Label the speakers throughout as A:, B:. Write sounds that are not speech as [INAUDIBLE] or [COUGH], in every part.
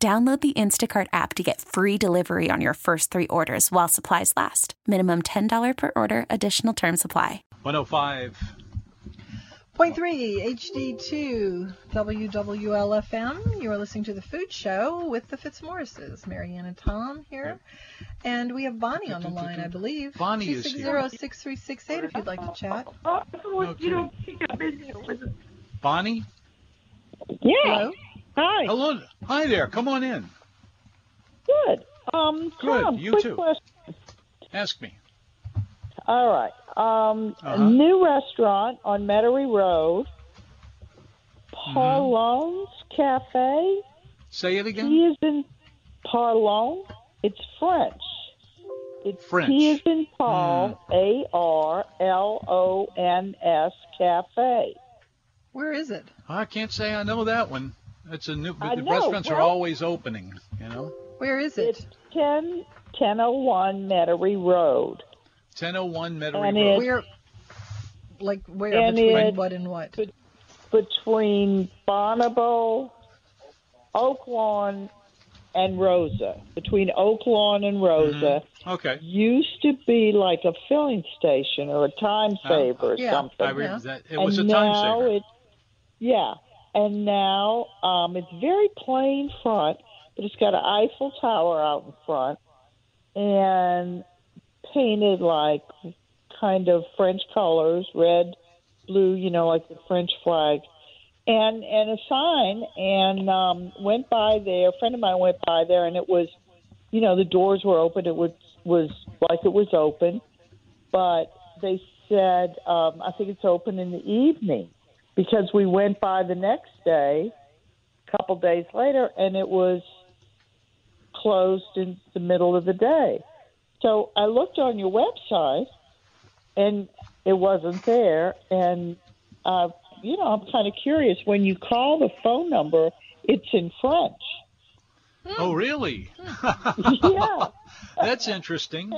A: Download the Instacart app to get free delivery on your first three orders while supplies last. Minimum $10 per order, additional term supply.
B: 105.
C: Point three, HD2 WWLFM. You are listening to The Food Show with the Fitzmaurices, Marianne and Tom here. And we have Bonnie on the line, I believe.
B: Bonnie is here.
C: 260-6368 if you'd like to chat.
D: Oh, you don't pick up, is it?
B: Bonnie?
D: Yeah.
C: Hello?
D: Hi.
B: Hello. Hi there. Come on in.
D: Good. Um,
B: Good.
D: Tom,
B: You
D: quick
B: too.
D: question.
B: Ask me.
D: All right. Um,
B: Uh-huh.
D: a new restaurant on Metairie Road,
B: Mm-hmm.
D: Parlon's Cafe.
B: Say it again.
D: He is in Parlon. It's French. It's
B: French. Mm.
D: He is in Paul A R L O N S Cafe.
C: Where is it?
B: I can't say I know that one. It's a new.
D: I
B: the
D: know,
B: restaurants are
D: well-
B: always opening. You know,
C: Where is it?
D: It's 10, 1001 Metairie Road.
B: 1001 Metairie
D: And
B: Road.
D: it-
C: Where? Like where?
D: And
C: between
D: it-
C: what and what?
D: between Bonneville, Oaklawn, and Rosa. Between Oaklawn and Rosa
B: Okay.
D: used to be like a filling station or a time
B: Oh,
D: saver or
C: yeah,
D: something.
B: I re-
C: Yeah.
B: that, it was a
D: and
B: time
D: now
B: saver.
D: It, yeah, and now um, it's very plain front, but it's got an Eiffel Tower out in front and painted like kind of French colors, red, blue, you know, like the French flag. And and a sign, and um, went by there. A friend of mine went by there, and it was, you know, the doors were open. It was was like it was open, but they said um, I think it's open in the evening because we went by the next day, a couple days later, and it was closed in the middle of the day. So I looked on your website, and it wasn't there. And uh, you know, I'm kind of curious. When you call the phone number, it's in French.
B: Oh, really?
D: Hmm. [LAUGHS] yeah.
B: [LAUGHS]
D: [LAUGHS]
B: That's interesting.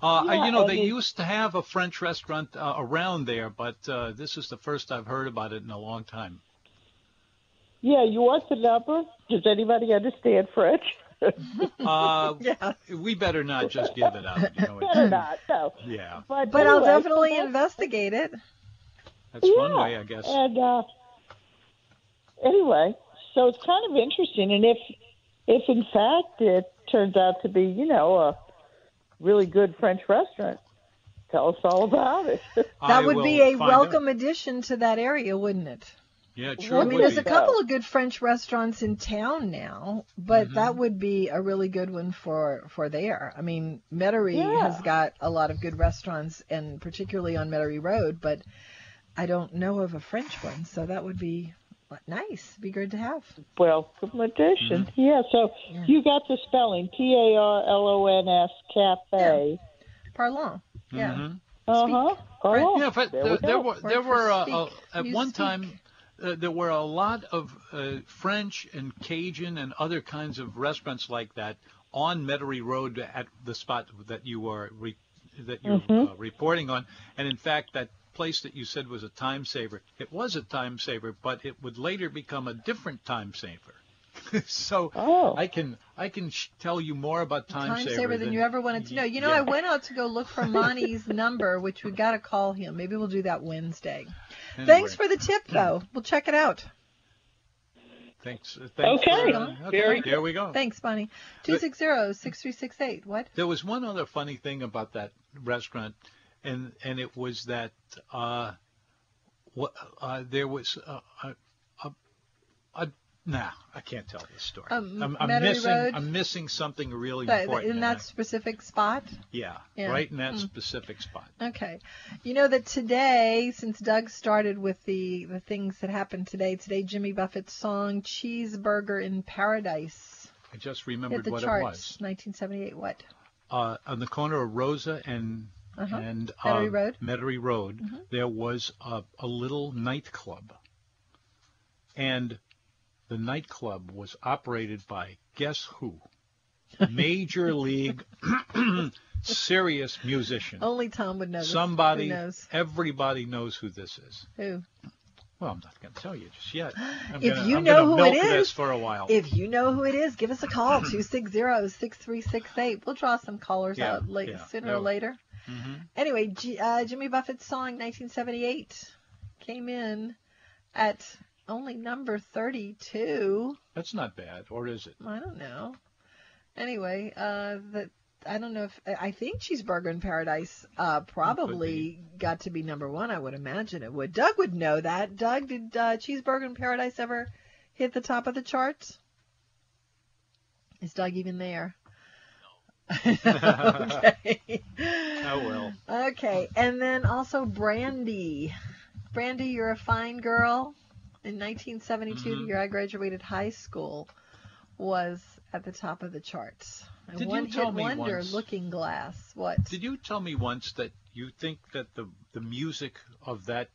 B: Uh,
D: Yeah,
B: you know,
D: and
B: they
D: it-
B: used to have a French restaurant uh, around there, but uh, this is the first I've heard about it in a long time.
D: Yeah, you want the number? Does anybody understand French? [LAUGHS]
B: [LAUGHS] Uh,
C: Yeah.
B: we better not just give it out. You know,
D: Better
B: it's-
D: not, [LAUGHS] no.
B: yeah,
D: But,
C: Hmm. But I'll
D: anyway,
C: definitely
D: that's-
C: investigate it.
B: that's one way, I guess.
D: And uh, anyway, so it's kind of interesting. And if, if in fact it turns out to be, you know, a really good French restaurant, tell us all about it. [LAUGHS]
C: That
B: I
C: would
B: will
C: be a
B: find out.
C: welcome addition to that area, wouldn't it?
B: Yeah, it sure
C: I mean,
B: would
C: there's
B: be.
C: a couple of good French restaurants in town now, but
B: Mm-hmm.
C: that would be a really good one for for there. I mean, Metairie
D: Yeah.
C: has got a lot of good restaurants, and particularly on Metairie Road. But I don't know of a French one, so that would be nice. Be good to have.
D: Welcome addition.
B: Mm-hmm.
D: Yeah, so you got the spelling P A R L O N S Cafe.
C: Parlons. Yeah.
B: Mhm.
D: Uh huh.
B: Yeah, but
D: there,
B: there,
D: we
B: there
D: go.
B: were
C: Word
B: there
C: for
B: were uh,
C: speak.
B: uh, at
C: You
B: one
C: speak.
B: time uh, there were a lot of uh, French and Cajun and other kinds of restaurants like that on Metairie Road at the spot that you were re- that you're
D: Mm-hmm.
B: uh, reporting on, and in fact that place that you said was a time saver. It was a time saver, but it would later become a different time saver. [LAUGHS] so
D: Oh.
B: I can I can sh- tell you more about time,
C: Time saver than you ever wanted to know. You know, I
B: Yeah.
C: went out to go look for
B: [LAUGHS]
C: Monty's number, which we got to call him. Maybe we'll do that Wednesday.
B: Anyway,
C: Thanks for the tip, though. We'll check it out.
B: thanks. thanks
D: Okay.
B: for, uh,
D: Very
B: there we go.
C: Thanks, Bonnie. 260-6368. What?
B: There was one other funny thing about that restaurant, and and it was that uh, what uh, there was uh, a, a, a nah, I can't tell this story.
C: Um,
B: I'm, I'm
C: Metairie
B: missing
C: Road?
B: I'm missing something really
C: That-
B: important
C: in
B: and
C: that
B: I-
C: specific spot?
B: yeah,
C: yeah. Hmm.
B: right in that specific spot.
C: Okay. You know that today, since Doug started with the, the things that happened today, today Jimmy Buffett's song Cheeseburger in Paradise
B: I just remembered
C: Hit the
B: what it
C: charts.
B: was.
C: 1978. What?
B: Uh, on the corner of Rosa and
C: Uh-huh.
B: and
C: Metairie
B: um,
C: Road? Mm-hmm.
B: Metairie Road, there was a, a little nightclub, and the nightclub was operated by guess
C: [LAUGHS]
B: who? Major league, [CLEARS THROAT] serious musician.
C: Only Tom would know. This.
B: Somebody,
C: Oh, Who knows?
B: everybody knows who this is.
C: Who?
B: Well, I'm not going to tell you just
C: [GASPS]
B: yet. I'm
C: If
B: gonna,
C: you
B: I'm
C: know
B: gonna
C: who
B: milk
C: it is,
B: this for a while.
C: If you know who it is, give us a
B: [CLEARS THROAT]
C: call 260-6368. We'll draw some callers
B: Yeah,
C: out late,
B: yeah, Mm-hmm.
C: sooner
B: that
C: or
B: would-
C: later. Anyway, G, uh, Jimmy Buffett's song 1978 came in at only number 32.
B: That's not bad, or is it?
C: I don't know. Anyway, uh, the, I don't know if I I think Cheeseburger in Paradise uh, probably got to be number one. I would imagine it would. Doug would know that. Doug, did uh, Cheeseburger in Paradise ever hit the top of the charts? Is Doug even there? okay.
B: Oh well.
C: Okay, and then also Brandy. Brandy, you're a fine girl. In 1972,
B: Mm-hmm.
C: the year I graduated high school, was at the top of the charts. And
B: Did you
C: one
B: tell
C: hit
B: me
C: wonder,
B: once-
C: Looking Glass. What?
B: Did you tell me once that you think that the the music of that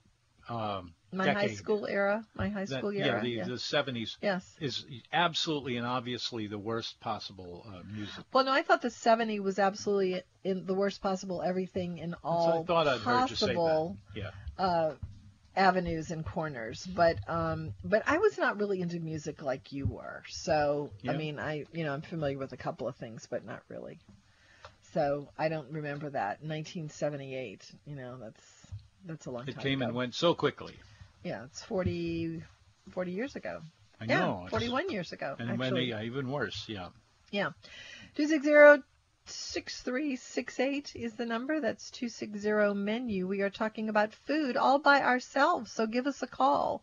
B: um,
C: my
B: decade,
C: high school era. My high
B: that,
C: school
B: yeah,
C: era.
B: the,
C: yeah.
B: the 70s,
C: yes.
B: is absolutely and obviously the worst possible uh, music.
C: Well, no, I thought the 70 was absolutely in the worst possible everything in all
B: so I thought I'd heard you say
C: possible
B: that. Yeah.
C: uh, avenues and corners. But um, but I was not really into music like you were. So I
B: Yeah.
C: mean, I you know I'm familiar with a couple of things, but not really. So I don't remember that 1978. You know, that's that's a long
B: It
C: time.
B: came
C: ago.
B: and went so quickly.
C: Yeah, it's 40 40 years ago.
B: I
C: yeah,
B: know. it's-
C: 41 years ago.
B: And
C: actually.
B: many, yeah, even worse, yeah.
C: Yeah. 260-6368 is the number. That's 260 menu. We are talking about food all by ourselves, so give us a call.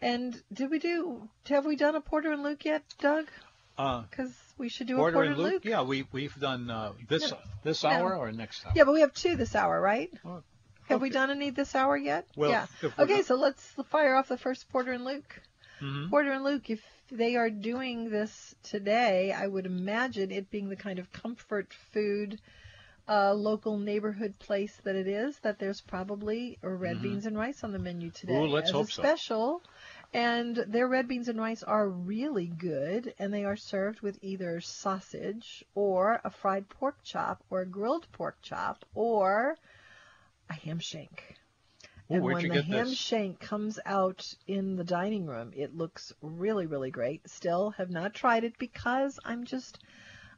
C: And did we do have we done a Porter and Luke yet, Doug?
B: Uh,
C: Cuz we should do a
B: Porter
C: Porter
B: and Luke? Yeah, we we've done uh, this
C: No.
B: this
C: No.
B: hour or next hour.
C: Yeah, but we have two this hour, right?
B: Oh,
C: Have we
B: okay.
C: done any this hour yet?
B: Well,
C: yeah.
B: if we're
C: Okay,
B: not-
C: so let's fire off the first Porter and Luke.
B: Mhm.
C: Porter and Luke, if they are doing this today, I would imagine it being the kind of comfort food, uh, local neighborhood place that it is, that there's probably uh,
B: Mm-hmm.
C: red beans and rice on the menu today
B: Ooh, let's
C: as
B: hope
C: a
B: so.
C: special. And their red beans and rice are really good, and they are served with either sausage or a fried pork chop or a grilled pork chop or a ham shank.
B: Ooh,
C: and
B: where'd
C: when
B: you
C: the
B: get
C: ham
B: this?
C: shank comes out in the dining room, it looks really, really great. Still have not tried it because I'm just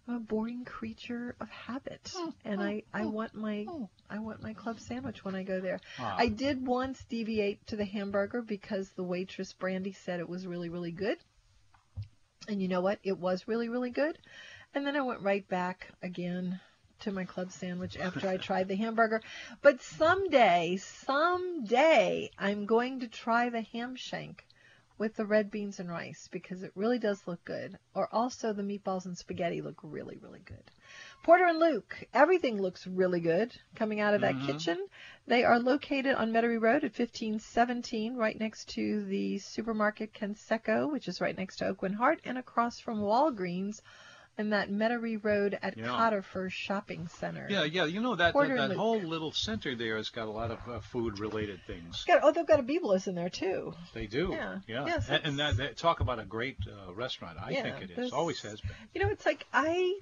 C: I'm a boring creature of habit, and I I want my I want my club sandwich when I go there.
B: Ah.
C: I did once deviate to the hamburger because the waitress Brandy said it was really, really good, and you know what? It was really, really good, and then I went right back again to my club sandwich after I tried the hamburger. But someday, someday, I'm going to try the ham shank with the red beans and rice because it really does look good. Or also the meatballs and spaghetti look really, really good. Porter and Luke, everything looks really good coming out of that kitchen. They are located on Metairie Road at 1517, right next to the supermarket Conseco, which is right next to Oakland Heart, and across from Walgreens in that Metairie Road at
B: Yeah.
C: Cotterfer Shopping Center.
B: Yeah, yeah. You know that that,
C: Porter
B: that
C: Luke.
B: whole little center there has got a lot of uh, food-related things.
C: Got- oh, they've got a Biblos in there too.
B: They do.
C: Yeah.
B: Yeah.
C: Yes,
B: and and
C: it's-
B: that, that talk about a great uh, restaurant. I
C: Yeah,
B: think it is.
C: there's-
B: Always has been.
C: You know, it's like I,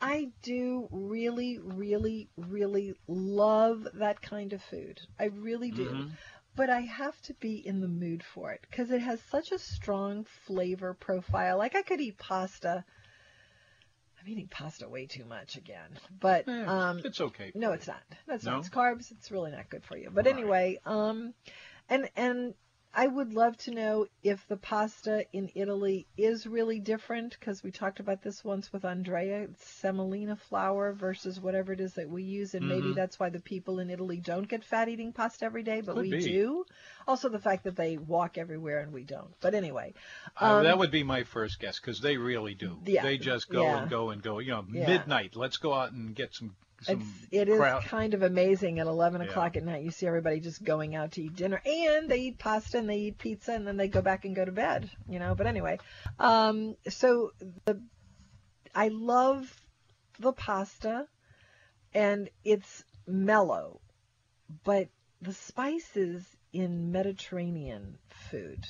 C: I do really, really, really love that kind of food. I really do.
B: Mm-hmm.
C: But I have to be in the mood for it because it has such a strong flavor profile. Like I could eat pasta. I'm eating pasta way too much again, but
B: Eh,
C: um,
B: it's okay.
C: no, it's not. No, it's not.
B: No?
C: It's carbs. It's really not good for you. But
B: Right.
C: anyway, um, and and I would love to know if the pasta in Italy is really different because we talked about this once with Andrea. It's semolina flour versus whatever it is that we use, and
B: Mm-hmm.
C: maybe that's why the people in Italy don't get fat eating pasta every day, but
B: Could
C: we
B: be.
C: do. Also, the fact that they walk everywhere and we don't. But anyway,
B: Uh,
C: um,
B: that would be my first guess because they really do.
C: Yeah,
B: They just go
C: yeah.
B: and go and go. You know,
C: Yeah.
B: midnight. Let's go out and get some. some
C: It's, it is
B: crowd.
C: kind of amazing at 11
B: Yeah.
C: o'clock at night. You see everybody just going out to eat dinner, and they eat pasta and they eat pizza, and then they go back and go to bed. You know, but anyway, um, so the I love the pasta, and it's mellow, but the spices in Mediterranean food,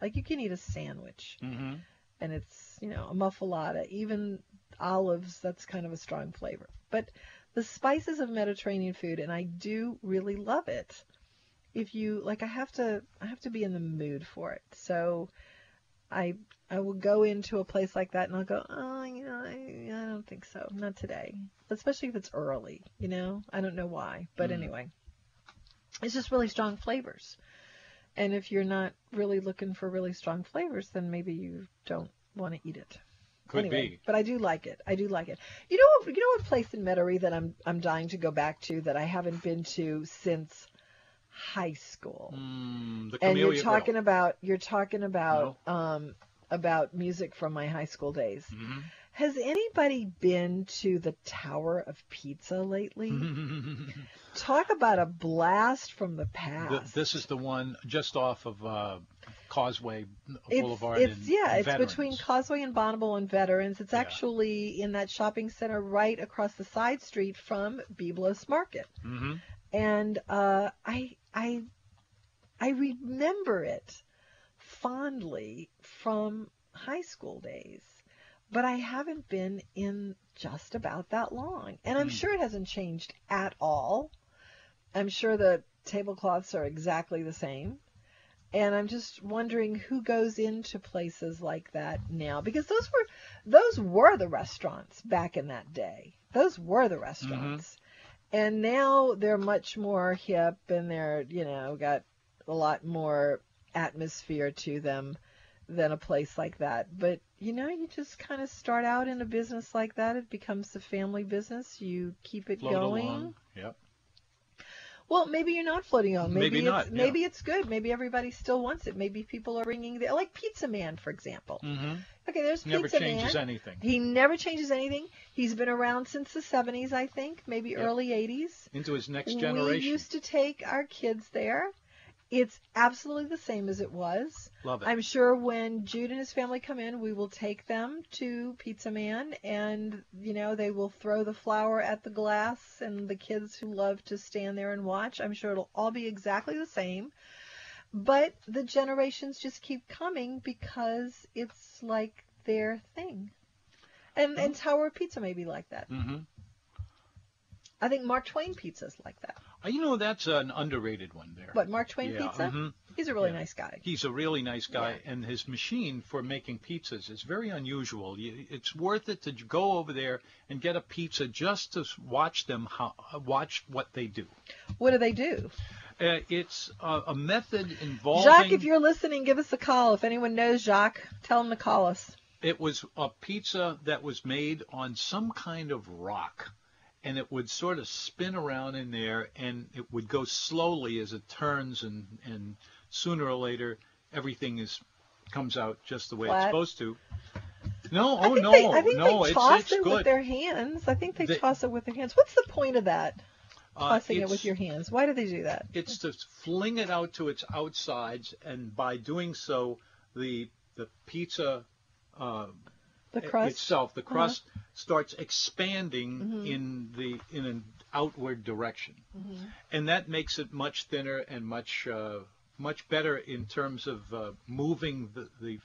C: like you can eat a sandwich,
B: Mm-hmm.
C: and it's you know a muffalata, even olives. That's kind of a strong flavor, but the spices of Mediterranean food, and I do really love it. If you like, I have to I have to be in the mood for it. So I I will go into a place like that and I'll go, oh, you know, I, I don't think so, not today. Especially if it's early, you know. I don't know why, but
B: Mm.
C: anyway, it's just really strong flavors. And if you're not really looking for really strong flavors, then maybe you don't want to eat it
B: Could
C: anyway,
B: be.
C: But I do like it. I do like it. You know, what- you know what place in Metairie that I'm I'm dying to go back to that I haven't been to since high school.
B: Mm, the
C: and
B: Camellia
C: you're talking about you're talking about um about music from my high school days.
B: Mm-hmm.
C: Has anybody been to the Tower of Pizza
B: [LAUGHS]
C: lately?
B: hmm
C: Talk about a blast from the
B: Th-
C: past.
B: this is the one just off of uh, Causeway Boulevard.
C: It's,
B: and,
C: yeah,
B: and
C: it's
B: Veterans.
C: between Causeway and Bonneville and Veterans. It's
B: Yeah.
C: actually in that shopping center right across the side street from Biblos Market,
B: Mhm.
C: and uh, I I I remember it fondly from high school days, but I haven't been in just about that long, and I'm
B: Mm.
C: sure it hasn't changed at all. I'm sure the tablecloths are exactly the same. And I'm just wondering who goes into places like that now because those were those were the restaurants back in that day. Those were
B: Mm-hmm.
C: the restaurants. And now they're much more hip and they're, you know, got a lot more atmosphere to them than a place like that. But you know, you just kind of start out in a business like that, it becomes a family business. You keep it
B: Float
C: going.
B: along. Yep.
C: Well, maybe you're not floating on. Maybe,
B: Maybe
C: it's,
B: not, yeah.
C: Maybe it's good. Maybe everybody still wants it. Maybe people are ringing the like Pizza Man, for example.
B: hmm
C: Okay, there's
B: Never
C: Pizza
B: changes
C: Man.
B: anything.
C: He never changes anything. He's been around since the 70s, I think, maybe
B: Yeah.
C: early 80s.
B: Into his next
C: We
B: generation.
C: used to take our kids there. It's absolutely the same as it was.
B: Love it.
C: I'm sure when Jude and his family come in, we will take them to Pizza Man, and you know they will throw the flour at the glass, and the kids who love to stand there and watch. I'm sure it'll all be exactly the same, but the generations just keep coming because it's like their thing. And
B: Mm-hmm.
C: and Tower of Pizza may be like that.
B: hmm
C: I think Mark Twain Pizza's like that.
B: Uh, You know, that's an underrated one there.
C: But Mark Twain
B: Yeah,
C: Pizza,
B: mhm.
C: he's a really
B: Yeah.
C: nice guy.
B: He's a really nice guy, and his machine for making pizzas is very unusual. You- It's worth it to go over there and get a pizza just to s- watch them how, watch what they do.
C: What do they do?
B: Uh, it's a, a method involving.
C: Jacques, if you're listening, give us a call. If anyone knows Jacques, tell him to call us.
B: It was a pizza that was made on some kind of rock, and it would sort of spin around in there, and it would go slowly as it turns, and and sooner or later everything is comes out just the way
C: Flat.
B: it's supposed to. No,
C: I
B: oh
C: think
B: no,
C: they, I think
B: no,
C: they
B: it's
C: toss
B: it's
C: it
B: good.
C: with their hands. I think they,
B: They-
C: toss it with their hands. What's the point of that?
B: Uh,
C: Tossing it
B: it's-
C: with your hands. Why do they do that?
B: It's to fling it out to its outsides, and by doing so, the the pizza uh,
C: The crust.
B: i-
C: Uh-huh. Mm-hmm.
B: itself, the crust starts expanding in the in an outward direction, and that makes it much thinner and much uh, much better in terms of uh, moving the, the,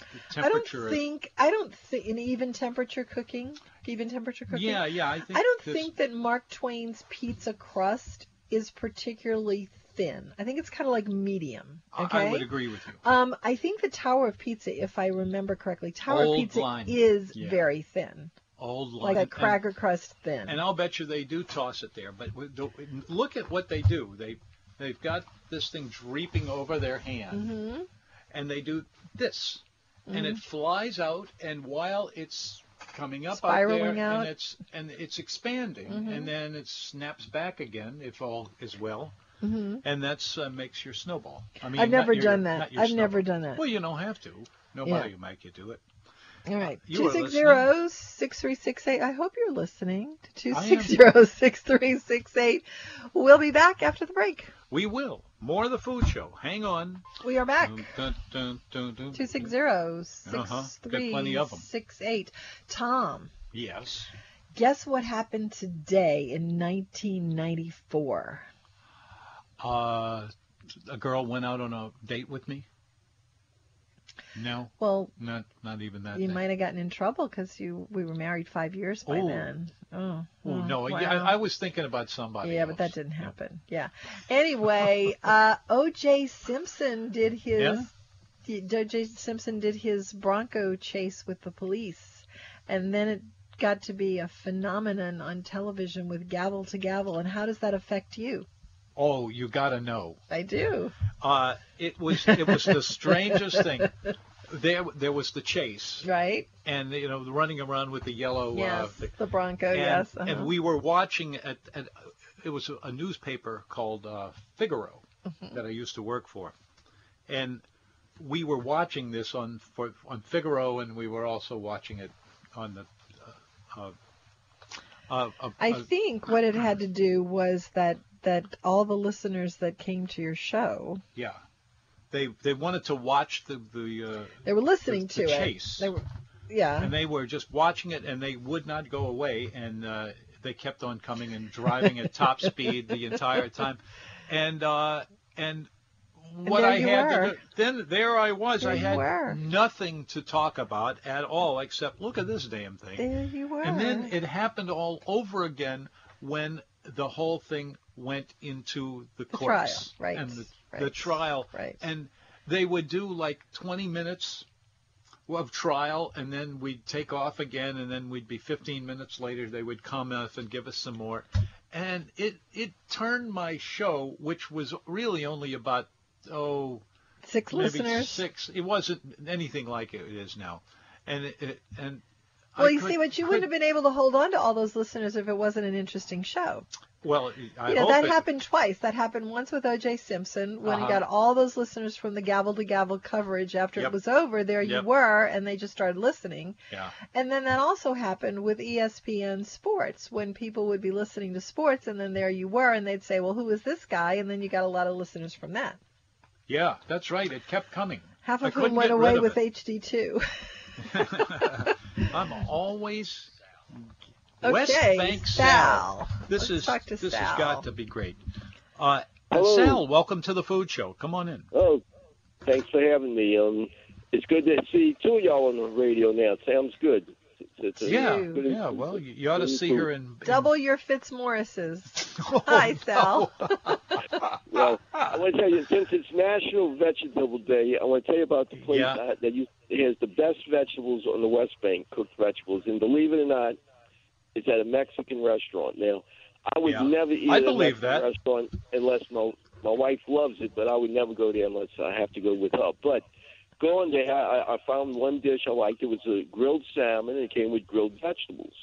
B: the
C: I don't
B: temperature.
C: think. I don't think in even temperature cooking. Even temperature cooking.
B: yeah, yeah, I think.
C: I don't
B: this-
C: think that Mark Twain's pizza crust is particularly thin. I think it's kind of like medium.
B: I-
C: Okay.
B: I would agree with you.
C: Um, I think the Tower of Pizza, if I remember correctly, Tower
B: Old
C: of Pizza
B: line.
C: is
B: Yeah.
C: very thin,
B: Old
C: like
B: line-
C: a cracker crust thin.
B: and I'll bet you they do toss it there. But we- do- look at what they do. They they've got this thing draping over their hand,
C: Mm-hmm.
B: and they do this, and it flies out. And while it's coming up out
C: Spiraling
B: there,
C: out. Mm-hmm.
B: and it's and it's expanding, and then it snaps back again if all is well. And that's uh, makes your snowball. I mean,
C: Mm-hmm. I've
B: not
C: never
B: your-
C: done that.
B: not your
C: I've never
B: snowball.
C: done that.
B: Well, you don't have to. Nobody
C: Yeah.
B: will make you do it.
C: All right.
B: You
C: Two
B: are
C: six
B: listening.
C: zero six three six eight. I hope you're listening to two
B: I am.
C: six zero six three six eight. We'll be back after the break.
B: We will. More of the food show. Hang on.
C: We are back.
B: Dun, dun, dun, dun, dun.
C: Two six zero
B: Uh-huh.
C: six
B: Got plenty
C: three
B: of 'em.
C: six eight. Tom,
B: Yes.
C: guess what happened today in 1994?
B: Uh, a girl went out on a date with me. No,
C: Well,
B: not not even that.
C: you
B: day.
C: might have gotten in trouble because you we were married five years by
B: Oh.
C: then. Oh,
B: Oh,
C: oh,
B: no, yeah,
C: wow.
B: I, I was thinking about somebody.
C: Yeah, but that
B: else.
C: didn't happen. Yeah.
B: [LAUGHS]
C: Anyway, uh, O.J. Simpson did his O.J. Simpson did his Bronco chase with the police, and then it got to be a phenomenon on television with gavel to gavel. And how does that affect you?
B: Oh, you gotta know.
C: I do.
B: Uh, it was it was the strangest thing. There there was the chase,
C: Right?
B: and you know, running around with the yellow. Uh,
C: yes.
B: thing.
C: the Bronco.
B: and,
C: yes. uh-huh.
B: and we were watching at, at it was a newspaper called uh, Figaro
C: Mm-hmm.
B: that I used to work for, and we were watching this on for, on Figaro, and we were also watching it on the. Uh, uh, uh,
C: I
B: uh,
C: think what it had to do was that that all the listeners that came to your show
B: yeah, they they wanted to watch the the. Uh,
C: they were listening
B: The- the
C: to it.
B: chase.
C: They were, yeah.
B: and they were just watching it and they would not go away and uh, they kept on coming and driving
C: [LAUGHS]
B: at top speed the entire time and uh, and what
C: there
B: I
C: you
B: had
C: were.
B: to do, then there I was
C: There
B: I
C: you
B: had
C: were.
B: nothing to talk about at all except look at this damn thing
C: There you were.
B: and then it happened all over again when the whole thing went into the,
C: The
B: courts
C: trial, right,
B: and the, the
C: right,
B: trial
C: right.
B: and they would do like 20 minutes of trial and then we'd take off again and then we'd be 15 minutes later they would come up and give us some more and it it turned my show which was really only about oh
C: six
B: maybe
C: listeners.
B: six it wasn't anything like it is now and it, it, and I
C: well, you
B: could-
C: see, what you
B: could-
C: wouldn't have been able to hold on to all those listeners if it wasn't an interesting show.
B: Well, I
C: you know,
B: hope
C: that
B: it-
C: happened twice. That happened once with O.J. Simpson when he
B: Uh-huh.
C: got all those listeners from the gavel to gavel coverage. After it
B: Yep.
C: was over, there
B: Yep.
C: you were, and they just started listening.
B: Yeah.
C: And then that also happened with E ESPN Sports when people would be listening to sports, and then there you were, and they'd say, "Well, who is this guy?" And then you got a lot of listeners from that.
B: Yeah, that's right. It kept coming.
C: Half
B: I
C: of whom
B: couldn't
C: went
B: get
C: away
B: rid of
C: with
B: it. [LAUGHS]
C: HD2.
B: I'm always
C: okay,
B: West Bank
C: Sal.
B: This
C: Let's
B: is
C: talk to
B: this
C: Sal.
B: has got to be great. Uh,
E: Hello.
B: Sal, welcome to the food show. Come on in.
E: Oh, thanks for having me. Um, it's good to see two of y'all on the radio now. It sounds good. It's, it's a-
B: Yeah,
C: you.
B: yeah. Well, you, you ought to see her in, in
C: Double your Fitzmaurices.
B: [LAUGHS] Oh,
C: [LAUGHS] Hi,
B: no. [LAUGHS]
C: Sal.
E: Well, I want to tell you, since it's National Vegetable Day, I want to tell you about the place
B: Yeah.
E: that- that you, it has the best vegetables on the West Bank, cooked vegetables. And believe it or not, it's at a Mexican restaurant. Now, I would
B: Yeah.
E: never eat
B: I
E: at a
B: believe
E: Mexican
B: that.
E: restaurant unless my my wife loves it, but I would never go there unless I have to go with her. But going there, I, I- I found one dish I liked. It was a grilled salmon, and it came with grilled vegetables.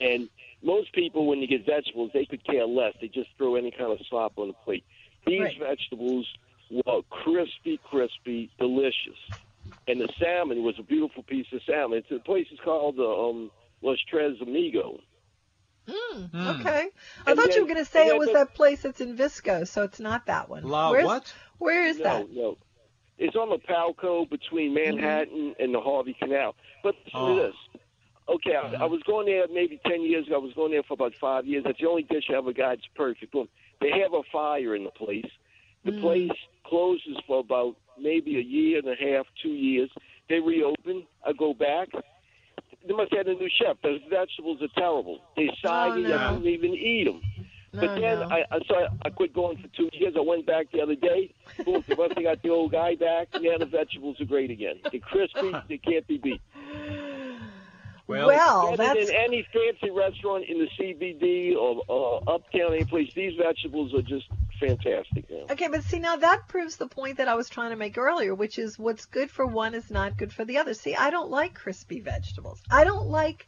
E: And most people, when they get vegetables, they could care less. They just throw any kind of slop on the plate. These
C: Right.
E: vegetables were crispy, crispy, delicious. And the salmon was a beautiful piece of salmon. It's, the place is called the um, Los Tres Amigos.
B: Mm.
C: Okay. I
E: And
C: thought you
E: then-
C: were going to say
E: and
C: it
E: then
C: was
E: the-
C: that place that's in Visco, so it's not that one.
B: La
C: Where's-
B: what?
C: Where is
E: no,
C: that? Mm-hmm.
E: No, It's on the Palco between Manhattan and the Harvey Canal. But listen
B: Oh.
E: to this. Okay, I, I was going there maybe 10 years ago. I was going there for about five years. That's the only dish I ever got. It's perfect. Boom. They have a fire in the place. The place closes for about maybe a year and a half, two years. They reopen. I go back. They must have had a new chef. The vegetables are terrible. They soggy.
C: no.
E: I don't even eat them.
C: No,
E: But then
C: no.
E: I, I so I, I quit going for two years. I went back the other day. Boom, the rest I got the old guy back. Now the vegetables are great again.
C: [LAUGHS]
E: They're crispy. They can't be beat.
B: Well,
C: well,
E: Better
C: that's
E: than any fancy restaurant in the CBD or uh, uptown, any place. These vegetables are just fantastic. Now.
C: Okay, but see now that proves the point that I was trying to make earlier, which is what's good for one is not good for the other. See, I don't like crispy vegetables. I don't like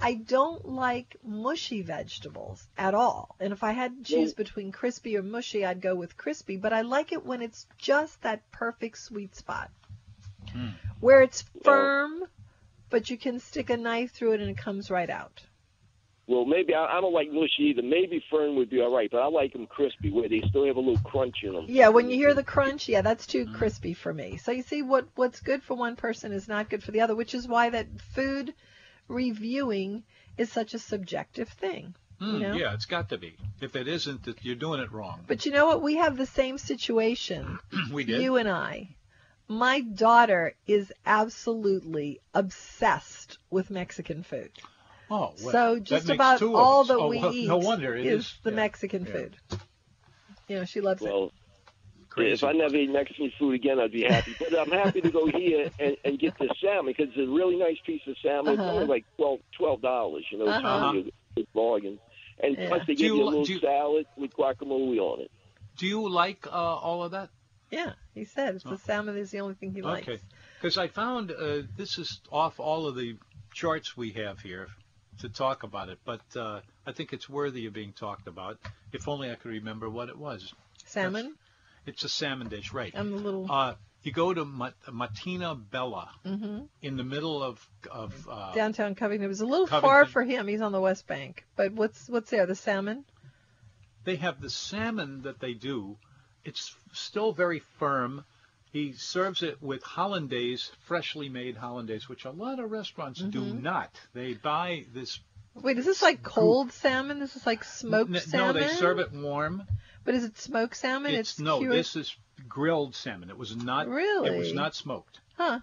C: I don't like mushy vegetables at all. And if I had to choose between crispy or mushy, I'd go with crispy, but I like it when it's just that perfect sweet spot. Where it's firm but you can stick a knife through it and it comes right out.
E: Well, maybe I, I don't like mushy either. Maybe fern would be all right, but I like them crispy, where they still have a little crunch in them.
C: Yeah, when you hear the crunch, yeah, that's too crispy for me. So you see what what's good for one person is not good for the other, which is why that food reviewing is such a subjective thing.
B: Mm,
C: know?
B: Yeah, it's got to be. If it isn't, that you're doing it wrong. [CLEARS THROAT]
C: But you know what? We have the same situation,
B: we did.
C: you and I. My daughter is absolutely obsessed with Mexican food.
B: oh, well,
C: so
B: that
C: just
B: makes
C: about
B: two of
C: all
B: us.
C: that
B: Oh,
C: we
B: well,
C: eat
B: No wonder it
C: is, the
B: yeah,
C: Mexican
B: yeah,
C: food. You know, she loves it.
E: Well,
B: crazy.
E: if I never eat Mexican food again, I'd be happy. But I'm happy to go here and, and get this salmon because it's a really nice piece of salmon.
C: Uh-huh.
E: It's only like twelve twelve dollars. You know, it's
C: Uh-huh.
E: really a good bargain. And
C: Yeah.
E: plus, they
B: Do
E: give you
B: you
E: a
B: li-
E: little
B: do you-
E: salad with guacamole on it.
B: Do you like uh, all of that?
C: Yeah, he said it's the salmon is the only thing he likes.
B: Okay. Because I found uh, this is off all of the charts we have here to talk about it, but uh, I think it's worthy of being talked about. If only I could remember what it was.
C: Salmon.
B: It's a salmon dish, right?
C: I'm a little.
B: Uh, you go to Ma- Martina Bella
C: hmm
B: in the middle of of uh,
C: downtown Covington. It was a little far
B: Covington.
C: for him. He's on the West Bank. But what's what's there? The salmon.
B: they have the salmon that they do. It's still very firm. He serves it with hollandaise, freshly made hollandaise, which a lot of restaurants do
C: Mm-hmm.
B: not. They buy this.
C: Wait, is this like cold salmon? This is like smoked
B: n-
C: salmon.
B: No, they serve it warm.
C: But is it smoked salmon?
B: It's, no.
C: cured-
B: This is grilled salmon. It was not. It was
C: Really?
B: not smoked.
C: Huh.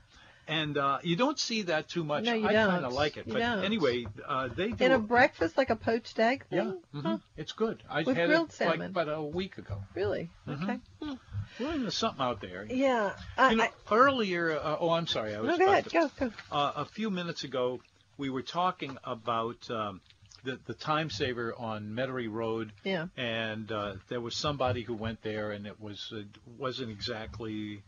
B: And uh, you don't see that too much.
C: No, you
B: I kind of
C: don't.
B: like it.
C: You
B: but
C: don't.
B: anyway, uh, they do
C: in a
B: it-
C: breakfast like a poached egg
B: Yeah,
C: thing.
B: mhm.
C: Huh,
B: it's good. I
C: With
B: had
C: grilled
B: it like
C: salmon.
B: about a week ago. Mm-hmm.
C: really? Okay. Hmm.
B: Well, there's something out there.
C: Yeah. I,
B: You know,
C: I,
B: earlier, uh, oh, I'm sorry. I was
C: no, go
B: about
C: ahead.
B: to-
C: Go. Go.
B: Uh, a few minutes ago, we were talking about um, the, the time saver on Metairie Road,
C: Yeah.
B: and uh, there was somebody who went there, and it was it wasn't exactly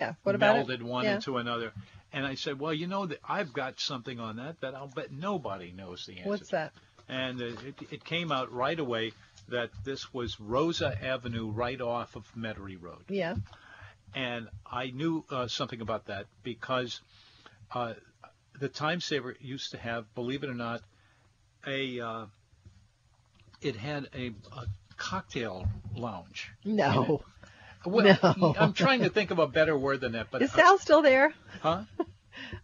C: Yeah. What about
B: melded
C: it?
B: one
C: yeah.
B: into another. And I said, well, you know, that I've got something on that that I'll bet nobody knows the answer.
C: What's that?
B: and it, it- it came out right away that this was Rosa Avenue right off of Metairie Road.
C: Yeah.
B: And I knew uh, something about that because uh, the time saver used to have, believe it or not, a uh, it had a, a cocktail lounge.
C: No.
B: Well,
C: [LAUGHS] No.
B: I'm trying to think of a better word than that, but
C: Is Sal still there?
B: huh?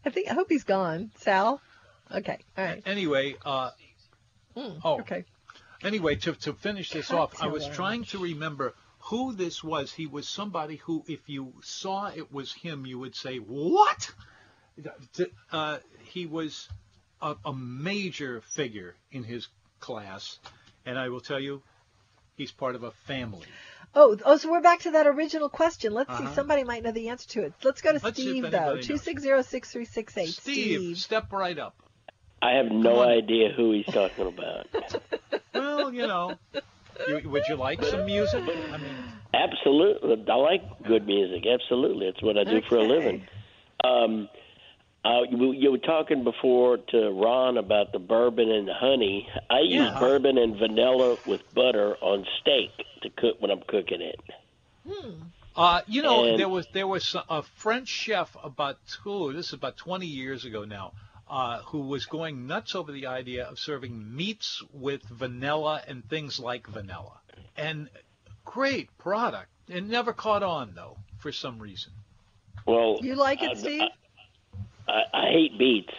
C: I think. I hope he's gone. Sal. Okay. All right.
B: Anyway, uh,
C: Mm,
B: oh.
C: Okay.
B: anyway, to, to finish this off, I
C: Cocktail
B: was
C: lounge.
B: trying to remember who this was. He was somebody who, if you saw it was him, you would say, What? Uh, he was a, a major figure in his class, and I will tell you, he's part of a family.
C: Oh, oh, so we're back to that original question. Let's
B: Uh-huh.
C: see. Somebody might know the answer to it. Let's go to
B: Let's see if
C: Steve, though.
B: anybody knows.
C: 260-6368.
B: Steve, step right up.
F: I have
B: Come
F: no
B: on.
F: idea who he's talking about.
B: Well, you know, you, would you like some music? I mean,
F: Absolutely, I like good music. Absolutely, it's what I do for a
C: Okay.
F: living. Um, uh, you, you were talking before to Ron about the bourbon and the honey. I
B: Yeah.
F: use bourbon and vanilla with butter on steak to cook when I'm cooking it.
B: Uh, you know,
F: And-
B: there was there was a French chef about two. This is about 20 years ago now, uh, who was going nuts over the idea of serving meats with vanilla and things like vanilla. And great product. It never caught on though, for some reason.
F: Well,
C: You like
F: I-
C: it, Steve?
F: I, I hate beets,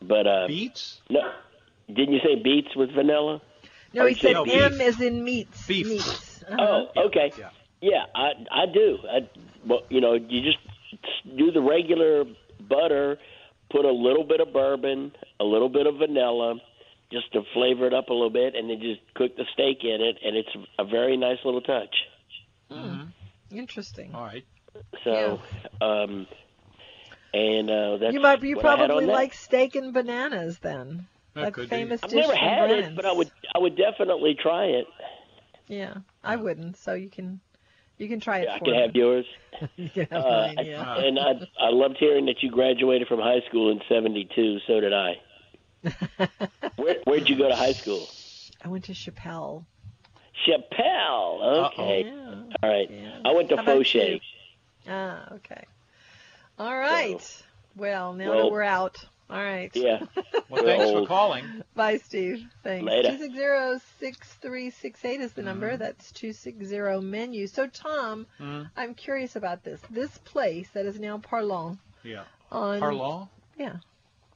F: but uh,
B: Beets,
F: no. Didn't you say beets with vanilla?
C: no, he
F: I
C: said
B: said beef.
C: M is in meats.
B: Beef.
C: Meats. Uh-huh.
F: Oh, okay.
B: yeah.
F: Yeah, I I do. I, well, you know, you just do the regular butter, put a little bit of bourbon, a little bit of vanilla, just to flavor it up a little bit, and then just cook the steak in it, and it's a very nice little touch.
C: Hmm. Interesting.
B: Mm-hmm. All right.
F: So, um, and uh, that's
C: You might, you
F: what I had
C: probably
F: on that.
C: like steak and bananas then.
B: That could be.
C: famous
F: I've
C: dish
F: never
C: from
F: had it,
C: Brennan's.
F: but I would I would definitely try it.
C: Yeah, I wouldn't. So you can, you can try it
F: I
C: for
F: could
C: me.
F: have yours.
C: You can have
F: Uh,
C: mine, [LAUGHS]
F: I-
C: yeah.
F: and I I loved hearing that you graduated from high school in '72. So
C: [LAUGHS]
F: did I. Where Where'd you go to high school?
C: I went to Chappelle.
F: Chappelle. Okay.
C: Yeah.
F: All right.
C: Yeah.
F: I went to
C: How about you?
F: Fauché.
C: Ah, okay. All right. well, now that
F: Well-
C: we're out. All right.
F: Yeah.
C: [LAUGHS]
B: Well, thanks for
F: Well,
B: calling.
C: Bye, Steve. Thanks.
F: Later.
C: 260-6368 is the number.
B: Mm-hmm.
C: That's 260-MENU. So, Tom,
B: Mhm.
C: I'm curious about this. This place that is now Parlon
B: Yeah.
C: on...
B: Harlaw?
C: Yeah.